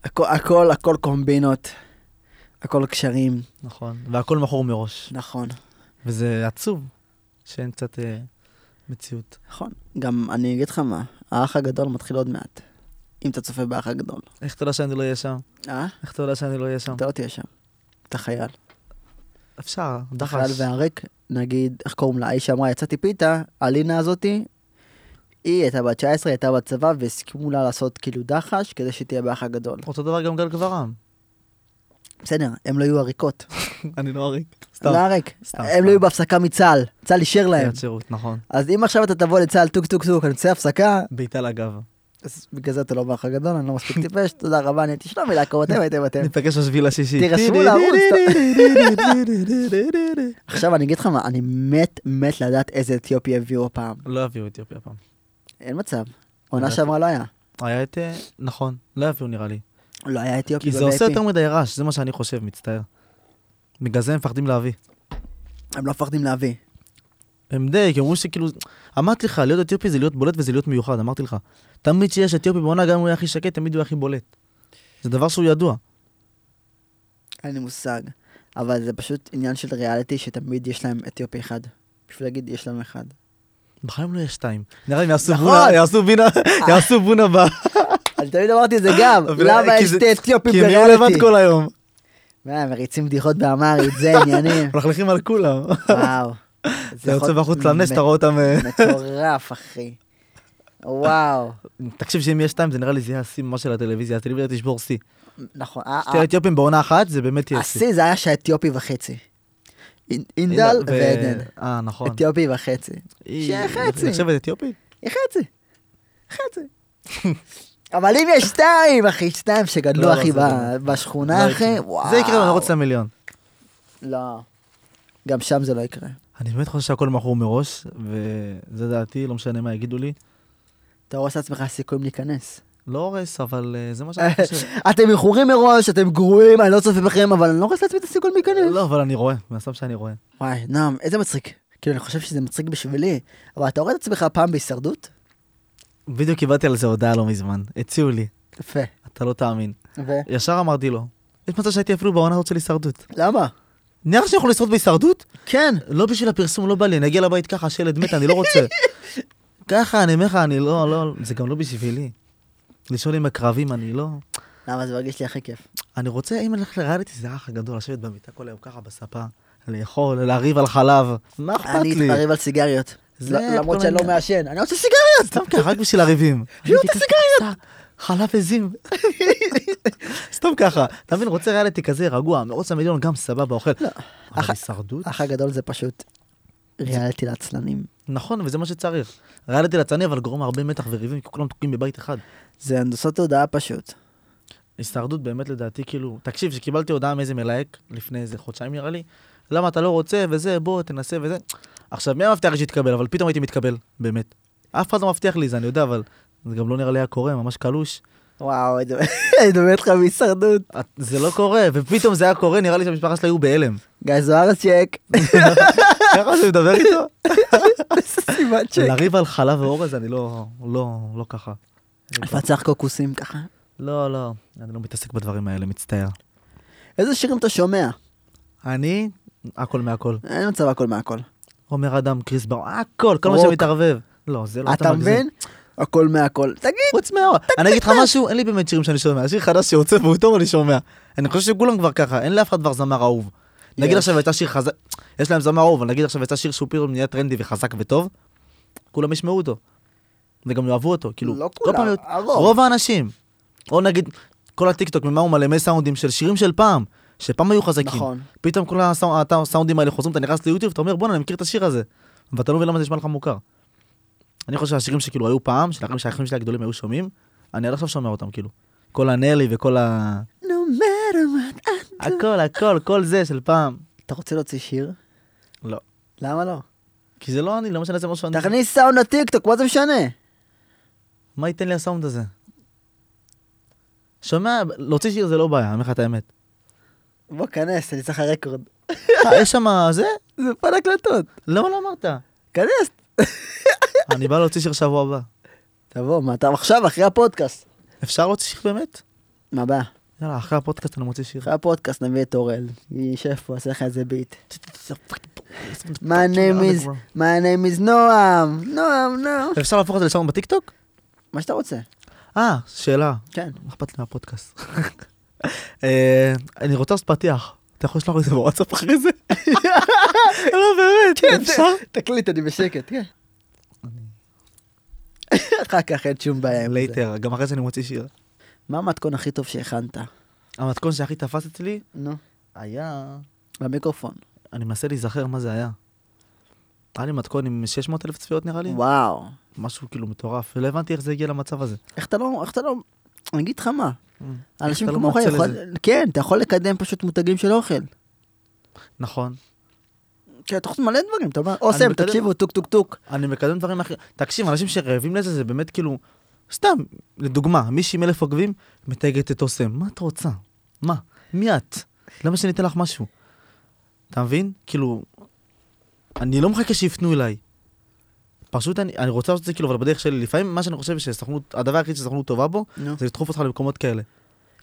הכל, הכל, הכל קומבינות, הכל קשרים, נכון. והכל מכור מראש. נכון. וזה עצוב שאין קצת אה, מציאות. נכון. גם אני אגיד לך מה, האח הגדול מתחיל עוד מעט. אם אתה צופה באח הגדול. איך אתה יודע שאני לא אהיה שם? אה? איך אתה יודע שאני לא אהיה שם? אתה לא תהיה שם. אתה חייל. אפשר, חייל דחש. והריק, נגיד, איך קוראים לה? האיש שאמרה, יצאתי פיתה, אלינה הזאתי, היא הייתה בת 19, היא הייתה בצבא, והסכימו לה לעשות כאילו דחש, כדי שתהיה באח הגדול. אותו דבר גם גל גברעם. בסדר, הם לא יהיו עריקות. אני לא אריק. סתם. לא עריק. סתם, הם סתם. לא יהיו בהפסקה מצה"ל. צה"ל אישר להם. חיית שירות, נכון. אז אם עכשיו אתה תבוא לצה"ל טוק טוק טוק, אני רוצה הפסקה, בעיטה לגב. אז בגלל זה אתה לא באח הגדול, אני לא מספיק טיפש, תודה רבה, אני הייתי שלומי לעקוב, אתם הייתם אתם. ניפגש בשביל השישי. תירשמו לערוץ, עכשיו אני אגיד לך מה, אני מת מת לדעת איזה אתיופי הביאו הפעם. לא יביאו אתיופי הפעם. אין מצב. עונה לדעתי. שעברה לא היה. היה את... אה, נכון, לא יביאו נראה לי. לא היה אתיופי כי זה ב-VIP. עושה יותר מדי רעש, זה מה שאני חושב, מצטער. בגלל זה הם מפחדים להביא. הם לא מפחדים להביא. הם די, כי אמרו שכאילו... אמרתי לך, להיות אתיופי זה להיות בולט וזה להיות מיוחד, אמרתי לך. תמיד שיש אתיופי בעונה, גם אם הוא היה הכי שקט, תמיד הוא היה הכי בולט. זה דבר שהוא ידוע. אין לי מושג. אבל זה פשוט עניין של ריאליטי שתמיד יש להם אתיופי אחד. בשביל להגיד יש לנו אחד. בחיים לא יהיה שתיים. נראה לי הם יעשו נכון. בונה, יעשו בינה, יעשו בונה ב... אני תמיד אמרתי את זה גם, אבל- למה כי יש זה- שתי אתיופים כי הם יהיו לבד בריאליטי? כל היום. מה, הם מריצים בדיחות באמרית, זה עניינים. מלכלכים על כולם. וואו. זה יוצא יכול- בחוץ לנס, אתה רואה אותם... אה, מטורף, אחי. וואו. תקשיב, שאם יש שתיים, זה נראה לי זה יהיה השיא ממש של הטלוויזיה, הטלוויזיה תשבור שיא. נכון. ה- שתי אתיופים בעונה אחת, זה באמת יהיה שיא. השיא זה היה שהאתיופי וחצי. אינ- אינדל ו- ועדן. אה, נכון. אתיופי וחצי. היא- שיהיה חצי. היא נחשבת אתיופית? היא חצי. חצי. אבל אם יש שתיים, אחי, שתיים שגדלו, לא, אחי, זה ב- לא. בשכונה, לא אחי, יקרה. וואו. זה יקרה במרוץ למיליון. לא. גם שם זה לא יקרה. אני באמת חושב שהכל מכור מראש, וזה דעתי, לא משנה מה יגידו לי. אתה הורס לעצמך סיכויים להיכנס. לא הורס, אבל אה, זה מה שאני חושב. אתם איחורים מראש, אתם גרועים, אני לא צופה בכם, אבל אני לא הורס לעצמי את הסיכויים להיכנס. לא, אבל אני רואה, מהסתם שאני רואה. וואי, נועם, איזה מצחיק. כאילו, אני חושב שזה מצחיק בשבילי, אבל אתה הורס את עצמך פעם בהישרדות? בדיוק קיבלתי על זה הודעה לא מזמן, הציעו לי, יפה. אתה לא תאמין. ו? ישר אמרתי לו, יש מצב שהייתי אפילו בעונה הזאת של הישרדות. למה? נראה לך שאני יכול לשרוד בהישרדות? כן. לא בשביל הפרסום, לא בא לי, אני אגיע לבית ככה, השלד מת, אני לא רוצה. ככה, אני אומר לך, אני לא, לא, זה גם לא בשבילי. לשאול אם הקרבים, אני לא... למה זה מרגיש לי הכי כיף. אני רוצה, אם אני הולך לריאליטי, זה האח הגדול, לשבת במיטה כל היום ככה בספה, לאכול, לריב על חלב, מה אכפת אני לי? אתפרב על סיגריות. זה לא- למרות כל שאני לא העניין. מעשן, אני רוצה סיגריות! סתם ככה, רק בשביל הריבים. אני רוצה סיגריות! חלב עזים. סתם ככה, אתה מבין, רוצה ריאליטי כזה, רגוע, מרוץ למיליון, גם סבבה, אוכל. אבל אח- הישרדות? האח הגדול זה פשוט ריאליטי לעצלנים. נכון, וזה מה שצריך. ריאליטי לצעני, אבל גורם הרבה מתח וריבים, כי כולם תוקעים בבית אחד. זה הנדסות תודעה פשוט. הישרדות באמת לדעתי כאילו, תקשיב, שקיבלתי הודעה מאיזה מלהק לפני איזה חודשיים נראה לי, למה אתה לא רוצה וזה, בוא תנסה וזה. עכשיו, מי המבטיח לי שיתקבל? אבל פתאום הייתי מתקבל, באמת. אף אחד לא מבטיח לי זה, אני יודע, אבל זה גם לא נראה לי היה קורה, ממש קלוש. וואו, אני דומה- אני דומה לך מהישרדות. את- זה לא קורה, ופתאום זה היה קורה, נראה לי שהמשפחה שלה היו בהלם. גיא זוארץ צ'ק. ככה שאני מדבר איתו? איזה סימן צ'ק. לריב על חלב ואורז, אני לא, לא, לא ככה. לפצח קוקוסים ככה. לא, לא, אני לא מתעסק בדברים האלה, מצטער. איזה שירים אתה שומע? אני, הכל מהכל. אין מצב הכל מהכל. עומר אדם, קריס בר, הכל, כל מה רוק. שמתערבב. לא, זה לא, אתה מגזים. מבין? הכל מהכל. תגיד, חוץ מהאור. אני אגיד לך משהו, אין לי באמת שירים שאני שומע. שיר חדש שיוצא ואותו אני שומע. אני חושב שכולם כבר ככה, אין לאף אחד כבר זמר אהוב. נגיד יש. עכשיו יצא שיר חזק, יש להם זמר אהוב, אבל נגיד עכשיו יצא שיר שהוא פתאום נהיה טרנדי וחזק וטוב, כולם ישמעו אותו. וגם יאהבו אותו, כאילו, לא כל כולם, פעם להיות- הרוב. רוב האנשים. או נגיד, כל הטיקטוק, ממה הוא מלא מי סאונדים של שירים של פעם, שפעם היו חזקים. נכון. פתאום כל הסאונ- הטא- הסאונדים האלה חוזרים, אתה נכנס ליוטיוב, אתה אומר בואנה, אני מכיר את השיר הזה. ואתה לא מבין למה זה נשמע לך מוכר. אני חושב שהשירים שכאילו היו פעם, של האחים שהאחים שלי הגדולים היו שומעים, אני עד עכשיו שומע אותם כאילו. כל הנלי וכל ה... no matter what. I- הכל, הכל, כל זה של פעם. אתה רוצה להוציא שיר? לא. למה לא? כי זה לא אני, לא משנה זה משהו אני... תכניס סאונד לטיקטוק, מה זה משנה? מה ייתן לי הסאונד הזה? שומע, להוציא שיר זה לא בעיה, אני אומר לך את האמת. בוא, כנס, אני צריך הרקורד. אה, יש שם זה? זה פן הקלטות. למה לא אמרת? כנס. אני בא להוציא שיר שבוע הבא. תבוא, מה אתה עכשיו אחרי הפודקאסט? אפשר להוציא שיר באמת? מה הבעיה? יאללה, אחרי הפודקאסט אני מוציא שיר. אחרי הפודקאסט נביא את אורל. יישב פה, עושה לך איזה ביט. My name is, my name is נועם, נועם, נועם. אפשר להפוך את זה לשם בטיקטוק? מה שאתה רוצה. אה, שאלה. כן. מה אכפת לי מהפודקאסט? אה, אני רוצה לעשות פתיח. אתה יכול לשלוח לי את זה בוואטסאפ אחרי זה? לא, באמת, אפשר? כן, תקליט, אני בשקט, כן. אחר כך אין שום בעיה עם זה. לייטר, אה, גם אחרי זה אני מוציא שיר. מה המתכון הכי טוב שהכנת? המתכון שהכי תפס אצלי נו. היה... במיקרופון. אני מנסה להיזכר מה זה היה. היה לי מתכון עם 600 אלף צפיות נראה לי, וואו. משהו כאילו מטורף, ולא הבנתי איך זה הגיע למצב הזה. איך אתה לא, איך אתה לא, אני אגיד לך מה. איך אנשים אתה לא כמוך מנצל את יכול, זה? כן, אתה יכול לקדם פשוט מותגים של אוכל. נכון. כן, אתה יכול לעשות מלא דברים, אתה אומר, אוסם, מקדם- תקשיבו, טוק טוק טוק. אני מקדם דברים אחרים. תקשיב, אנשים שרעבים לזה זה באמת כאילו, סתם, לדוגמה, מישהי עם אלף עוקבים מתייגת את אוסם, מה את רוצה? מה? מי את? למה שאני אתן לך משהו? אתה מבין? כאילו, אני לא מחכה שיפנו אליי. פשוט אני, אני רוצה לעשות את זה כאילו, אבל בדרך שלי, לפעמים מה שאני חושב שסוכנות, הדבר היחיד שסוכנות טובה בו, נו. זה לדחוף אותך למקומות כאלה.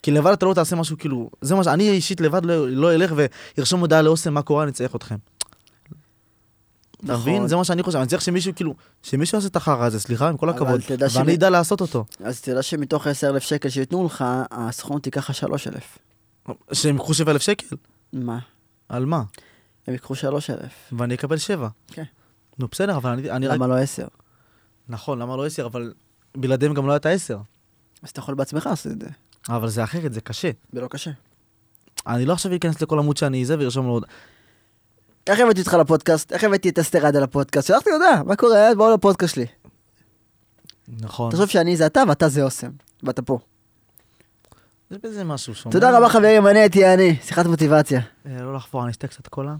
כי לבד אתה לא תעשה משהו כאילו, זה מה ש... אני אישית לבד לא, לא אלך וארשום הודעה לאוסם מה קורה, אני אצליח אתכם. אתה נכון. מבין? זה מה שאני חושב, אני צריך שמישהו כאילו, שמישהו יעשה את החרא הזה, סליחה, עם כל אבל הכבוד, תדע ואני שאני- אדע לעשות אותו. אז תדע שמתוך 10,000 שקל שייתנו לך, הסכום תיקח לך 3,000. שהם ייקחו 7,000 שקל, מה? על מה? הם ייקחו 3,000. ואני אקבל 7. כן. נו בסדר, אבל אני, אני רק... למה לא 10? נכון, למה לא 10? אבל בלעדיהם גם לא הייתה 10. אז אתה יכול בעצמך לעשות את זה. אבל זה אחרת, זה קשה. זה לא קשה. אני לא עכשיו אכנס לכל עמוד שאני זה וארשום לו עוד... איך הבאתי אותך לפודקאסט? איך הבאתי את אסתר עד על הפודקאסט? שלחתי הודעה, מה קורה? יאללה, בואו לפודקאסט שלי. נכון. תחשוב שאני זה אתה ואתה זה אוסם. ואתה פה. זה בזה משהו שומע. תודה רבה חברים, אני הייתי אני. שיחת מוטיבציה. אה, לא לחפור, אני אשתה קצת קולה.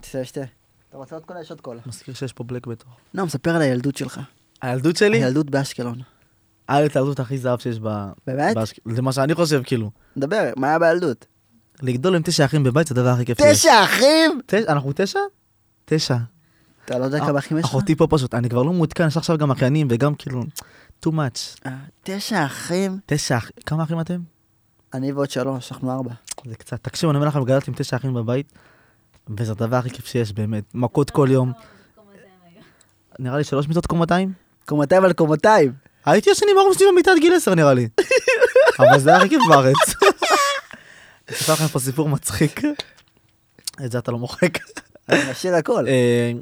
תשתה, שתה. אתה רוצה עוד קולה? יש עוד קולה. מזכיר שיש פה בלק בתוך. נועם, ספר על הילדות שלך. הילדות שלי? הילדות באשקלון. היה לי את אה, הילדות הכי זהב שיש ב... באמת? באשק- זה מה שאני חושב, כאילו. דבר, מה היה בילדות? לגדול עם תשע אחים בבית זה הדבר הכי כיף. שיש. תשע אחים! תשע? אנחנו תשע? תשע. אה, אתה לא יודע כמה אחים יש לך? אחותי פה פשוט, אני כבר לא מעודכן, יש עכשיו גם אחיינים וגם כאילו, too much. אה, תשע אחים? תשע אחים, כמה אחים אתם? אני ועוד שלוש, אנחנו ארבע. זה קצת, תקשיבו, אני אומר לכם, גדלתי עם תשע אחים בבית, וזה הדבר הכי כיף שיש באמת, מכות כל יום. נראה לי שלוש מיטות קומתיים? קומתיים על קומתיים. הייתי ישן עם ההורים שלי במיטה עד גיל 10 נראה לי. אבל זה היה הכי כיף בארץ. אני אספר לכם פה סיפור מצחיק. את זה אתה לא מוחק. אני משאיר הכל. אה,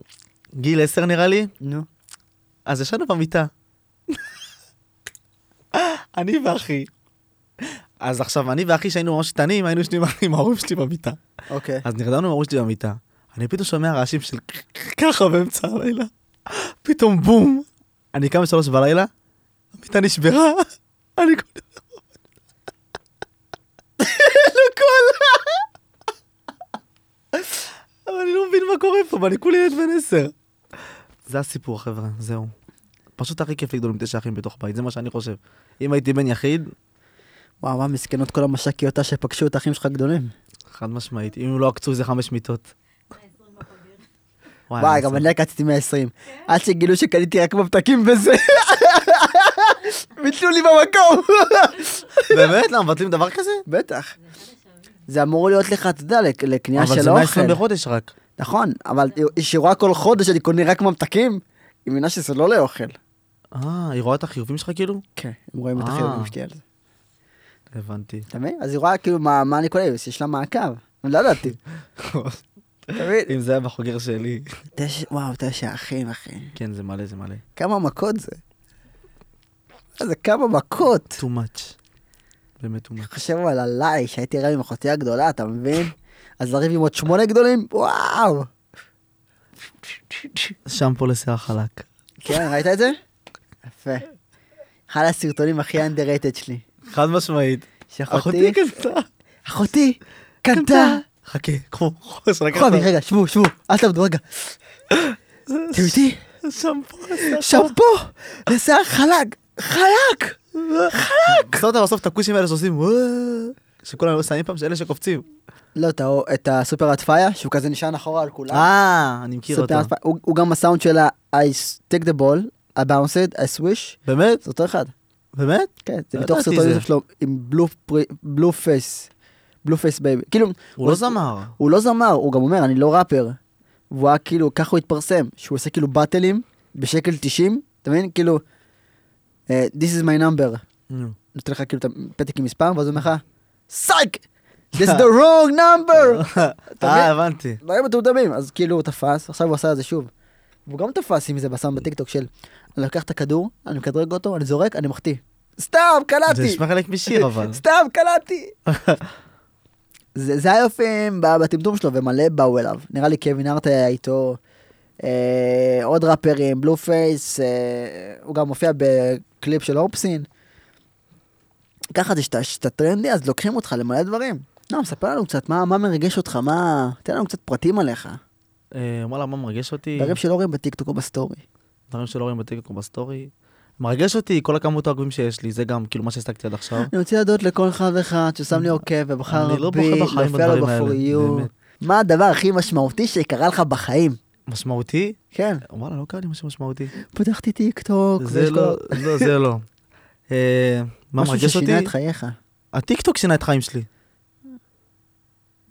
גיל 10 נראה לי, נו. אז ישנו במיטה. אני ואחי. אז עכשיו, אני ואחי שהיינו ממש קטנים, היינו שני עם ההורים שלי במיטה. אוקיי. אז נרדמנו עם ההורים שלי במיטה. אני פתאום שומע רעשים של ככה באמצע הלילה. פתאום בום. אני קם בשלוש בלילה, המיטה נשברה. אני כל... לא אבל אני לא מבין מה קורה פה, ואני כולי ילד בן עשר. זה הסיפור, חבר'ה, זהו. פשוט הכי כיף לגדול עם תשע אחים בתוך בית, זה מה שאני חושב. אם הייתי בן יחיד, וואו, מה מסכנות כל המש"קיות שפגשו את האחים שלך הגדולים. חד משמעית, אם לא עקצו איזה חמש מיטות. וואי, וואי, אני גם מצטער. אני עקצתי 120. עד שגילו שקניתי רק ממתקים וזה. ביטלו לי במקום. באמת? למה, מבטלים דבר כזה? בטח. זה אמור להיות לך, אתה יודע, לק- לקנייה אבל של זה 120 האוכל. בחודש רק. נכון, אבל היא רואה כל חודש שאני קונה רק ממתקים, היא מבינה שזה לא לאוכל. אה, היא רואה את החיובים שלך כאילו? כן, הם רואים את אה. החיובים שלי על זה. הבנתי. אתה מבין? אז היא רואה כאילו מה מה אני קונה, יש לה מעקב. אני לא ידעתי. אתה מבין? אם זה היה בחוגר שלי. תשע, וואו, תשע אחים, אחי. כן, זה מלא, זה מלא. כמה מכות זה? זה כמה מכות. too much. באמת too much. חושב אבל עליי, שהייתי רב עם אחותי הגדולה, אתה מבין? אז לריב עם עוד שמונה גדולים? וואו! שמפו לשיער חלק. כן, ראית את זה? יפה. אחד הסרטונים הכי underrated שלי. חד משמעית. שאחותי, קנתה. אחותי, קנתה. חכה, כמו חוש, רק חובי, רגע, שבו, שבו, אל תעבדו, רגע. אתם איתי? שמפו. שמפו! לשיער חלק! חלק! בסוף בסוף את הכושים האלה שעושים וואו. שכולם לא שמים פעם, שאלה שקופצים. לא, את ה- את הסופר הטפאיה, שהוא כזה נשען אחורה על כולם. אה, אני מכיר אותו. סופר הטפאיה. הוא הוא גם הסאונד של ה- I s- take the ball, I bounce it, I swish, באמת? זה אותו אחד. באמת? כן, זה לא מתוך ידעתי סרטון זה. יוטיוב שלו עם בלו פרי- בלו פייס, בלו פייס בייבי. כאילו, הוא לא זמר. הוא לא זמר, הוא גם אומר, אני לא ראפר. והוא היה כאילו, ככה הוא התפרסם, שהוא עושה כאילו באטלים בשקל 90, אתה מבין? כאילו, אה, This is my number. נותן לך כאילו את הפתק עם מספר, ואז הוא אומר לך, סייק! This is the wrong number! אתה אה, מבין? הבנתי. דברים מטומטמים, אז כאילו הוא תפס, עכשיו הוא עשה את זה שוב. והוא גם תפס עם זה בסאונד בטיקטוק של, אני לוקח את הכדור, אני מקדרג אותו, אני זורק, אני מחטיא. סתם, זה קלעתי! נשמע חלק משיר אבל. סתם, קלעתי! זה זה היופי ב- בטמטום שלו, ומלא באו אליו. נראה לי קווין ארט היה איתו, אה, עוד ראפרים, בלו פייס, אה, הוא גם מופיע בקליפ של אורפסין. ככה זה שאתה- שאתה טרנדי, אז לוקחים אותך למלא דברים. לא, מספר לנו קצת, מה מה מרגש אותך, מה... תן לנו קצת פרטים עליך. אה, וואלה, מה מרגש אותי? דברים שלא רואים בטיקטוק או בסטורי. דברים שלא רואים בטיקטוק או בסטורי. מרגש אותי כל הכמות העוקבים שיש לי, זה גם כאילו מה שהסתכלתי עד עכשיו. אני רוצה להודות לכל אחד ואחד ששם לי עוקב ובחר בי, אני לא בוחר בחיים נופל לו בדברים האלה, בפוריו. באמת. מה הדבר הכי משמעותי שקרה לך בחיים? משמעותי? כן. וואלה, לא קרה לי משהו משמעותי. פתחתי טיק טוק. זה לא, לא, זה לא. אה, מה משהו מרגש אותי? ששינה את חייך. הטיקטוק שינה את חיים שלי,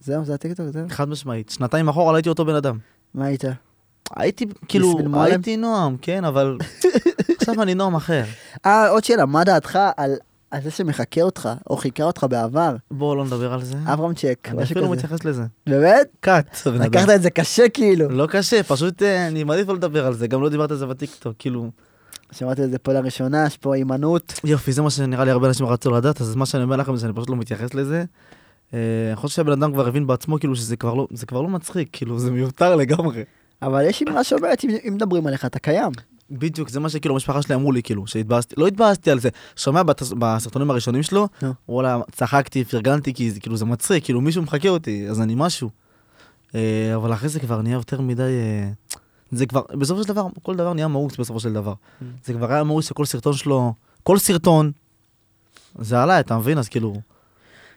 זהו, זה הטיק טוק, זהו. חד משמעית. שנתיים אחורה לא הייתי אותו בן אדם. מה היית? הייתי, כאילו, יסמין מועלם? הייתי נועם, כן, אבל עכשיו אני נועם אחר. אה, עוד שאלה, מה דעתך על על זה שמחקה אותך, או חיכה אותך בעבר? בואו לא נדבר על זה. אברהם צ'ק, אני אה, משהו אפילו לא כזה. מתייחס לזה. באמת? קאט. בן אדם. לקחת את זה קשה כאילו. לא קשה, פשוט אה, אני מעדיף לא לדבר על זה, גם לא דיברת על זה בטיקטוק, כאילו... שמעתי את זה פה לראשונה, יש פה הימנעות. יופי, זה מה שנראה לי הרבה אנשים רצו לדעת, אז מה שאני אומר לכם זה שאני פשוט לא מתייחס לזה. אה, אני חושב שהבן אדם כבר הבין בעצמו, כאילו, שזה כבר לא, זה כבר לא מצחיק, כאילו, זה מיותר לגמרי. אבל יש אמרה שאומרת, אם- אם מדברים עליך, אתה קיים. בדיוק, זה מה שכאילו המשפחה שלי אמרו לי, כאילו, שהתבאסתי, לא התבאסתי על זה. שומע בת- בסרטונים הראשונים שלו, נו. וואלה, צחקתי, פרגנתי, כי זה כאילו, זה מצחיק, כאילו, מישהו מחקה אותי, אז אני משהו. אה, אבל אחרי זה כבר נהיה יותר מדי... אה, זה כבר, בסופו של דבר, כל דבר נהיה מאוס בסופו של דבר. Mm. זה כבר היה מאוס שכל סרטון שלו, כל סרטון, זה עליי, אתה מבין? אז כאילו,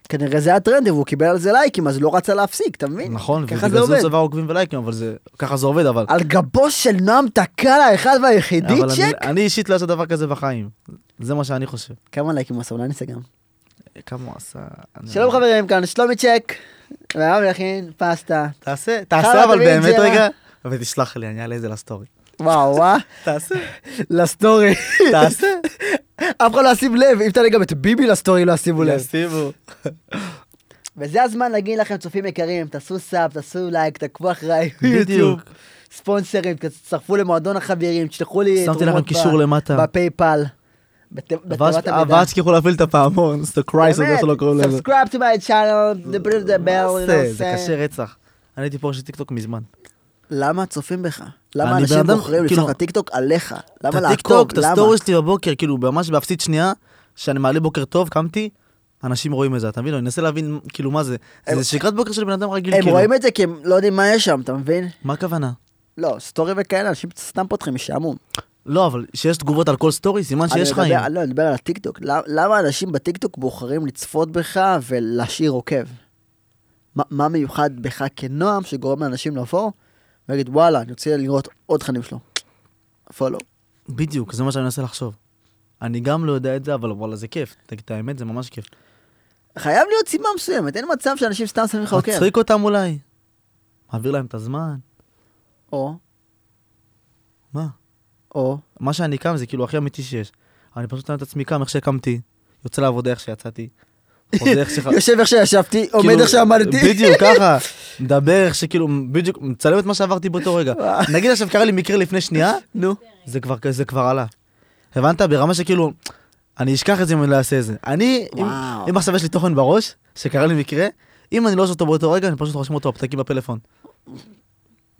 כנראה זה הטרנד, והוא קיבל על זה לייקים, אז לא רצה להפסיק, אתה מבין? נכון, ככה זה ובגלל זה עובד. הוא צבע עוקבים ולייקים, אבל זה, ככה זה עובד, אבל... על גבו של נועם תקל האחד והיחידי, אוקיי. אבל אני, צ'ק? אני אישית לא אעשה דבר כזה בחיים. זה מה שאני חושב. כמה לייקים הוא עשה, אולי נעשה גם. כמה הוא עשה... אני- שלום חברים, כאן שלומי צ'ק, והיום נכין פסטה. תעשה, חלה תעשה אבל תמיד באמת ג'רה. רגע, ותשלח לי, אני אעלה את זה לסטורי. וואו, וואו, תעשה, לסטורי. תעשה. אף אחד לא ישים לב, אם תעלה גם את ביבי לסטורי לא ישימו לב. ישימו. וזה הזמן להגיד לכם, צופים יקרים, תעשו סאב, תעשו לייק, תעקבו אחריי, יוטיוב, בדיוק. ספונסרים, תצטרפו למועדון החברים, תשלחו לי שמתי לכם תרומות ב- קישור למטה. בפייפל. בת- ואז בתיבת המידע. ואז שכחו להפעיל את הפעמון, זה קרייס, איך שלא קוראים לזה. סאבסקרייב to my channel, the bell, the מה זה? bell, זה קשה רצח. אני הייתי פורש טיקטוק מזמן. למה צופים בך? למה אני אנשים בן אדם, בוחרים כאילו- לשלוח את הטיקטוק עליך? את למה לעקוב? הטיקטוק, את למה? הסטורי שלי בבוקר, כאילו ממש באפסית שנייה, שאני מעלה בוקר טוב, קמתי, אנשים רואים את זה, אתה מבין? אני מנסה להבין כאילו מה זה. הם- זה שגרת בוקר של בן אדם רגיל, הם כאילו. רואים את זה כי הם לא יודעים מה יש שם, אתה מבין? מה הכוונה? לא, סטורי וכאלה, אנשים סתם פותחים משעמום. לא, אבל שיש תגובות על כל סטורי, סימן שיש אני מדבר- חיים. לא, אני מדבר על הטיקטוק. למ- למה אנשים בטיקטוק בוחרים לצפות בך ולהשאיר עוקב? מה- מה מיוחד בך כנועם שגורם לאנשים לבוא ולהגיד, וואלה, אני רוצה לראות עוד תכנים שלו. פולו. בדיוק, זה מה שאני מנסה לחשוב. אני גם לא יודע את זה, אבל וואלה, זה כיף. תגיד את האמת, זה ממש כיף. חייב להיות סיבה מסוימת, אין מצב שאנשים סתם שמים לך כן. עוקב. מצחיק אותם אולי. מעביר להם את הזמן. או, מה? או, מה שאני קם זה כאילו הכי אמיתי שיש. אני פשוט שם את עצמי קם איך שקמתי, יוצא לעבודה איך שיצאתי. חוזר איך שח... יושב איך שישבתי, עומד כאילו, איך שעמדתי. בדיוק, אה? ככה. מדבר איך שכאילו, בדיוק, מצלם את מה שעברתי באותו רגע. נגיד עכשיו קרה לי מקרה לפני שנייה, נו. זה כבר, זה כבר עלה. הבנת? ברמה שכאילו, אני אשכח את זה אם אני לא אעשה את זה. אני, אם- וואו. אם עכשיו יש לי תוכן בראש, שקרה לי מקרה, אם אני לא עושה אותו באותו רגע, אני פשוט רושם אותו בפתקים בפלאפון.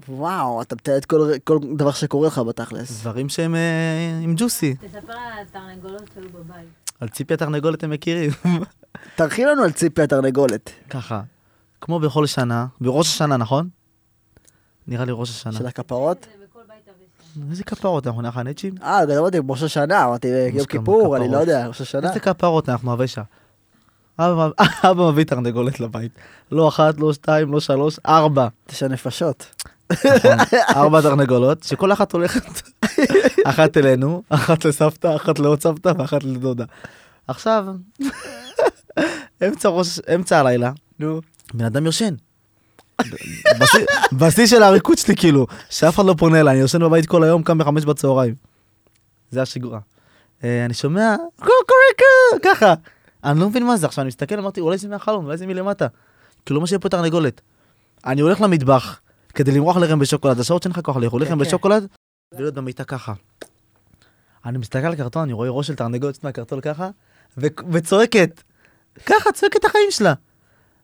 וואו, אתה מתעד כל כל דבר שקורה לך בתכלס. דברים שהם אה, עם ג'וסי. תספר על התרנגולות שהיו בבית. על ציפי התרנגולת הם מכירים. תרחיב לנו על ציפי התרנגולת ככה, כמו בכל שנה, בראש השנה, נכון? נראה לי ראש השנה. של הכפרות. זה בכל בית אביב. איזה כפרות, אנחנו נהיה חנצ'ים? אה, גם אמרתי, ראש השנה, אמרתי, יום כמה כיפור, אני לא כפרות. יודע, ראש השנה. איזה כפרות, אנחנו הבשע. אבא אבא מביא תרנגולת לבית. לא אחת, לא שתיים, לא שלוש, ארבע. תשע נפשות. נכון, ארבע תרנגולות, שכל אחת הולכת אחת אלינו, אחת לסבתא, אחת לעוד סבתא ואחת לדודה. עכשיו, אמצע ראש- אמצע הלילה, נו. בן אדם יושן. בשיא- בשיא של העריקות שלי, כאילו, שאף אחד לא פונה אליי, אני יושן בבית כל היום, קם בחמש בצהריים. זה השגרה. אה, אני שומע, קוקוריקו, ככה. אני לא מבין מה זה, עכשיו אני מסתכל, אמרתי, אולי זה מהחלום, אולי זה מלמטה. כאילו, מה שיהיה פה תרנגולת. אני הולך למטבח כדי למרוח לחם בשוקולד, השעות שאין לך כוח לאכול כן, לחם כן. בשוקולד, ולהיות במיטה ככה. אני מסתכל על הקרטון, אני רואה ראש של תרנגולת יוצאת מהקרטון ככה, ו- וצועקת. ככה, צועקת את החיים שלה.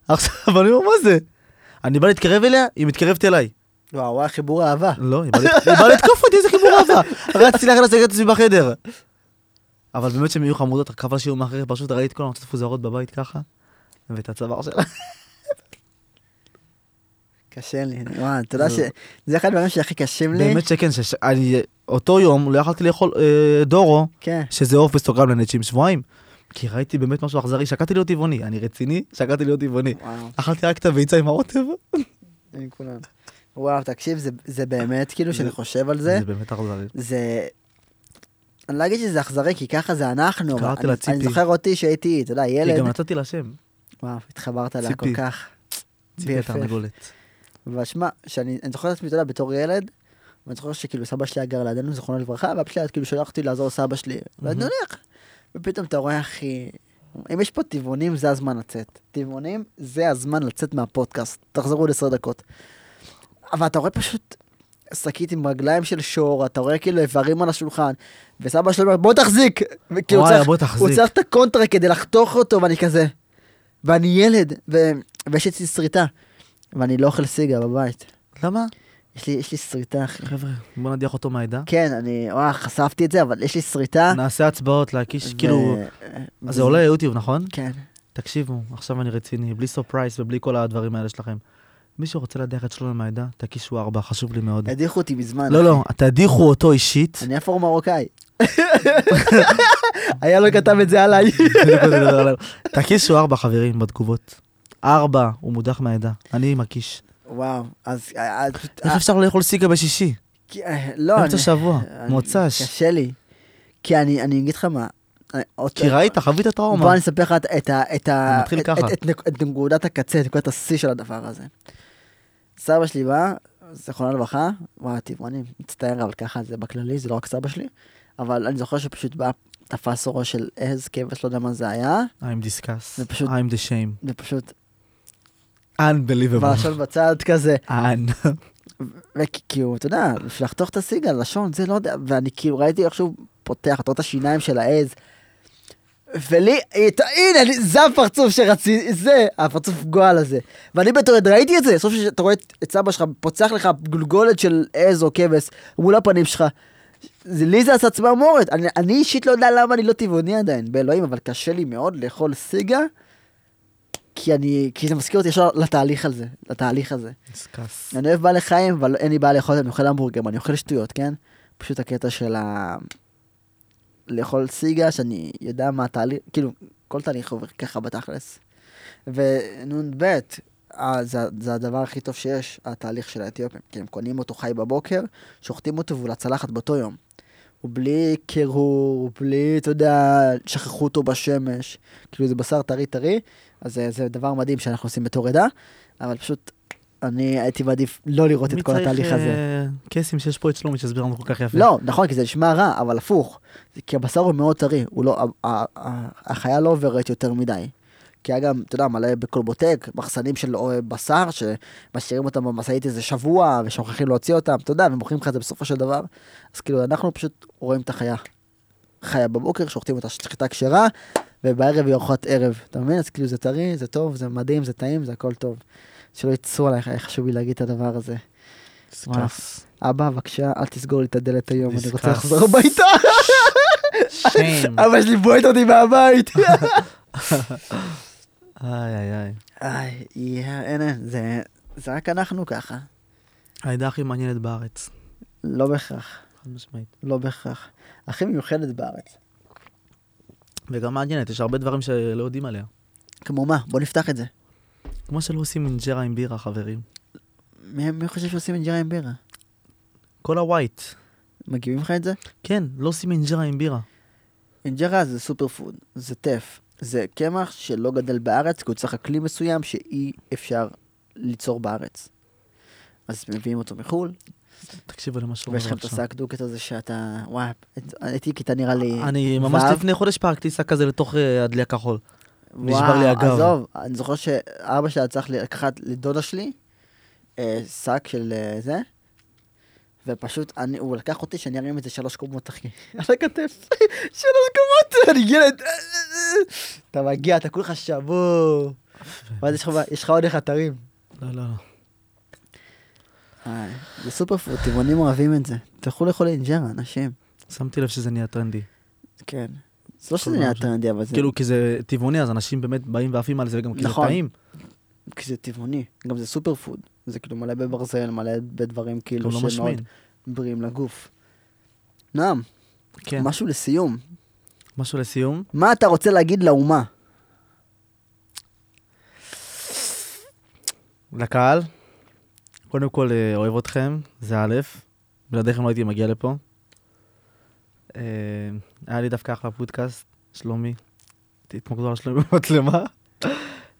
עכשיו, אני אומר, מה זה? אני בא להתקרב אליה, היא מתקרבת אליי. וואו, וואו, חיבור אהבה. לא, היא באה לת- היא באה לתקוף אותי, איזה חיבור אהבה. רצתי לאחר לסגר את עצמי בחדר. אבל באמת שהן יהיו חמודות, רק חבל שיהיו מאחורי, פשוט ראיתי את כל המוצאות מפוזרות בבית ככה, ואת הצוואר שלה. קשה לי, וואו, אתה יודע ש... זה אחד הדברים שהכי קשים לי. באמת שכן, שש- אני- אותו יום לא יכלתי לאכול אה, דורו, כן. שזה עוף בסטוגרם לנצ'ים שבועיים. כי ראיתי באמת משהו אכזרי, שקעתי להיות טבעוני, אני רציני, שקעתי להיות טבעוני. וואו, אכלתי רק את הביצה עם הרוטב. עם כולם. וואו, תקשיב, זה- זה באמת, כאילו, זה- שאני חושב על זה, זה באמת אכזרי. זה... אני לא אגיד שזה אכזרי, כי ככה זה אנחנו. אבל קראתי אני- לה ציפי. אני זוכר אותי שהייתי, אתה יודע, היא ילד. גם נתתי לה שם, וואו, התחברת אליה כל ציפי. כך. ציפי BFF. התרנגולת. אבל שמע, שאני אני זוכר את עצמי, אתה יודע, בתור ילד, ואני זוכר שכאילו סבא שלי היה גר לידינו, זיכרונו לברכה, ואבא שלי היה כאילו שלח אותי לעזור לסבא שלי, ואני הולך. ופתאום אתה רואה, אחי, אם יש פה טבעונים, זה הזמן לצאת. טבעונים, זה הזמן לצאת מהפודקאסט. תחזרו עוד עשר דקות. אבל אתה רואה פשוט שקית עם רגליים של שור, אתה רואה כאילו איברים על השולחן, וסבא שלו אומר, בוא תחזיק! וכי הוא וואלה, צריך- בוא הוא תחזיק. צריך את הקונטרה כדי לחתוך אותו, ואני כזה... ואני ילד, ו... ויש אצלי שריטה, ואני לא אוכל סיגה בבית. למה? יש לי, יש לי שריטה, אחי. חבר'ה, בוא נדיח אותו מהעדה. כן, אני, וואו, חשפתי את זה, אבל יש לי שריטה. נעשה הצבעות להקיש, כאילו, ו- אז זה עולה ליוטיוב, נכון? כן. תקשיבו, עכשיו אני רציני, בלי סופרייס ובלי כל הדברים האלה שלכם. מי שרוצה להדיח את שלום מהעדה, תקישו ארבע, חשוב לי מאוד. הדיחו אותי מזמן. לא, לא, תדיחו אותו אישית. אני אפור מרוקאי. היה לו כתב את זה עליי. בדיוק רציתי לדבר עליו. תקישו ארבע, חברים, בתגובות. ארבע, הוא מודח מהעדה, אני מקיש. וואו, אז... אה, אה, פשוט- איך אה, אפשר לאכול סיגה בשישי? כי- אה, לא, באמצע אני- שבוע, אני- מוצ"ש. קשה לי. כי אני אני אגיד לך מה. אה, עוד- כי ראית, חווית טראומה. בוא אני אספר לך את ה- את ה- את ה- זה מתחיל את- ככה. את- את נק- את נקודת הקצה, את נקודת השיא של הדבר הזה. סבא שלי בא, זיכרונו לברכה, וואי, טבעונים, מצטער, אבל ככה זה בכללי, זה לא רק סבא שלי, אבל אני זוכר שפשוט בא, תפס אורו של עז, כבש, לא יודע מה זה היה, I'm disgust, זה פשוט- I'm the shame. ופשוט, Unbelievable. בלשון בצד כזה, אנ. וכאילו, כאילו, אתה יודע, בשביל לחתוך את הסיגה, לשון, זה לא יודע, ואני כאילו ראיתי איך שהוא פותח, אתה רואה את השיניים של העז. ולי, הייתה- הנה, אני- זה הפרצוף שרציתי, זה, הפרצוף גועל הזה. ואני בתור ילד ראיתי את זה, סוף שאתה רואה את- את סבא שלך, פוצח לך גולגולת של עז או כבש מול הפנים שלך. זה, לי זה עשה צמרמורת, אני, אני אישית לא יודע למה אני לא טבעוני עדיין, באלוהים, אבל קשה לי מאוד לאכול סיגה, כי אני, כי זה מזכיר אותי ישר לתהליך הזה, לתהליך הזה. disgust. אני אוהב בעלי חיים, אבל אין לי בעיה לאכול, אני אוכל המבורגר, אני אוכל שטויות, כן? פשוט הקטע של ה... לאכול סיגה, שאני יודע מה התהליך, כאילו, כל תהליך עובר ככה בתכלס. ונ"ב, אה, זה, זה הדבר הכי טוב שיש, התהליך של האתיופים, כי הם קונים אותו חי בבוקר, שוחטים אותו והוא לצלחת באותו יום. הוא בלי קירור, בלי, אתה יודע, שכחו אותו בשמש, כאילו זה בשר טרי טרי, אז אה, זה, זה דבר מדהים שאנחנו עושים בתור עדה, אבל פשוט, אני הייתי מעדיף לא לראות את כל אה, התהליך הזה. קסים שיש פה את שלומי שיסביר לנו כל כך יפה. לא, נכון, כי זה נשמע רע, אבל הפוך. זה- כי הבשר הוא מאוד טרי, הוא לא, ה- ה- ה- החיה לא עוברת יותר מדי. כי היה גם, אתה יודע, מלא בקולבוטק, מחסנים של אה, בשר, שמשאירים אותם במשאית איזה שבוע, ושוכחים להוציא אותם, אתה יודע, ומוכרים לך את זה בסופו של דבר. אז כאילו, אנחנו פשוט רואים את החיה. חיה בבוקר, שוחטים אותה שחיטה כשרה, ובערב היא ארוחת ערב. אתה מבין? אז כאילו, זה טרי, זה טוב, זה מדהים, זה טעים, זה הכל טוב. שלא יצאו עלייך, היה חשוב לי להגיד את הדבר הזה. disgust. אבא, בבקשה, אל תסגור לי את הדלת היום, אני רוצה דיסקס. לחזור הביתה. shame. אבא שלי בועט אותי מהבית. איי איי איי. איי, יא, אין, אין, זה- זה רק אנחנו ככה. העדה הכי מעניינת בארץ. לא בהכרח, חד משמעית. לא בהכרח. הכי מיוחדת בארץ. וגם מעניינת, יש הרבה דברים שלא יודעים עליה. כמו מה? בוא נפתח את זה. כמו שלא עושים אינג'רה עם בירה, חברים. מי מי חושב שעושים אינג'רה עם בירה? כל הווייט. מגיבים לך את זה? כן, לא עושים אינג'רה עם בירה. אינג'רה זה סופר פוד, זה טף, זה קמח שלא גדל בארץ, כי הוא צריך אקלים מסוים שאי אפשר ליצור בארץ. אז מביאים אותו מחו"ל, תקשיבו למה שהוא ויש אומר לכם את עכשיו. השק דוקט הזה שאתה... וואי, הייתי כיתה נראה לי... אני ממש ו'. לפני חודש פרקתי שק כזה לתוך אה, הדלי הכחול. נשבר וואו, לי הגב. עזוב, אני זוכר שאבא שלה צריך לקחת לדודה שלי אה, שק של אה, זה, ופשוט אני, הוא לקח אותי שאני ארים את זה שלוש קומות, אחי, על הכתף. שלוש קומות, אני ילד. אתה מגיע, אתה כולך שבור. ואז יש לך- יש לך עוד איך אתרים. לא, לא, לא. אה, זה סופר פוד, טבעונים אוהבים את זה. תלכו לאכול אינג'רה, אנשים. שמתי לב שזה נהיה טרנדי. כן. זה לא שזה נהיה טרנדי, אבל זה... כאילו, כי זה טבעוני, אז אנשים באמת באים ועפים על זה, וגם כי זה נכון. טעים. כי זה טבעוני, גם זה סופר פוד. זה כאילו מלא בברזל, מלא בדברים גם כאילו לא משמין. שמאוד בריאים לגוף. נועם, כן. משהו לסיום. משהו לסיום? מה אתה רוצה להגיד לאומה? לקהל, קודם כל אה, אוהב אתכם, זה א', בלעדיכם לא הייתי מגיע לפה. אה, היה לי דווקא אחלה פודקאסט, שלומי, תתמקדו על שלומי במצלמה.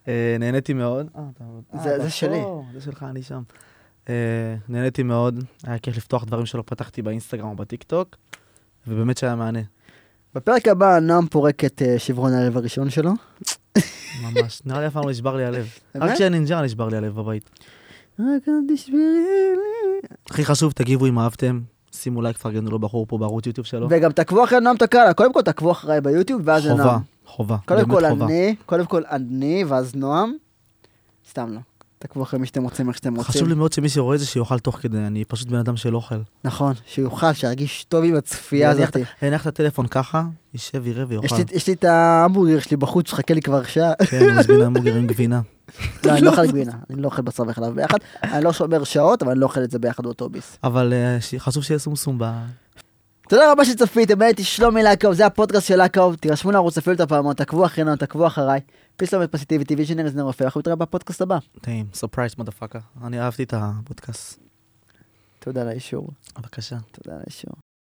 אה, נהניתי מאוד. אה, אתה- אה, זה- אתה זה שלי. פה, זה שלך, אני שם. אה, נהניתי מאוד, היה כיף לפתוח דברים שלא פתחתי באינסטגרם או בטיקטוק, ובאמת שהיה מענה. בפרק הבא נועם פורק את אה, שברון הלב הראשון שלו. ממש, נראה לי אף פעם לא נשבר לי הלב. רק באמת? כשהנינג'ה נשבר לי הלב בבית. רק אל תשברי לי. הכי חשוב, תגיבו אם אהבתם, שימו לייק, פרגנו לבחור פה בערוץ יוטיוב שלו. וגם תעקבו אחרי נועם תקאלה, קודם כל תעקבו אחריי ביוטיוב ואז זה לא. חובה, נועם. חובה, קודם באמת כל חובה. אני, קודם כל אני ואז נועם. סתם לא. תעקבו אחרי מי שאתם רוצים, איך שאתם רוצים. חשוב לי מאוד שמי שרואה את זה שיאכל תוך כדי, אני פשוט בן אדם שלא אוכל. נכון, שיוכל, שירגיש טוב עם הצפייה להניח הזאת. את- להניח את הטלפון ככה, יישב, יראה יש ויאכל. לי- יש לי את ההמבורגר שלי בחוץ, חכה לי כבר שעה. כן, הוא מזמין המבורגר עם גבינה. לא, אני לא אוכל גבינה, אני לא אוכל בשר וחלב ביחד. אני לא שומר שעות, אבל אני לא אוכל את זה ביחד באוטוביס. אבל אה, ש- חשוב שיהיה סומסום ב... תודה רבה שצפיתם, הייתי שלומי לקאוב, זה הפודקאסט של לקאוב. תירשמו לערוץ, תפעילו את הפעמון, תעקבו אחרינו, תעקבו אחריי. פיס לא לומד פסיטיבי, טבעי שנרז נרופא, אנחנו נתראה בפודקאסט הבא. טעים, סופרייז מדפאקה. אני אהבתי את הפודקאסט. תודה על האישור, בבקשה. תודה על האישור.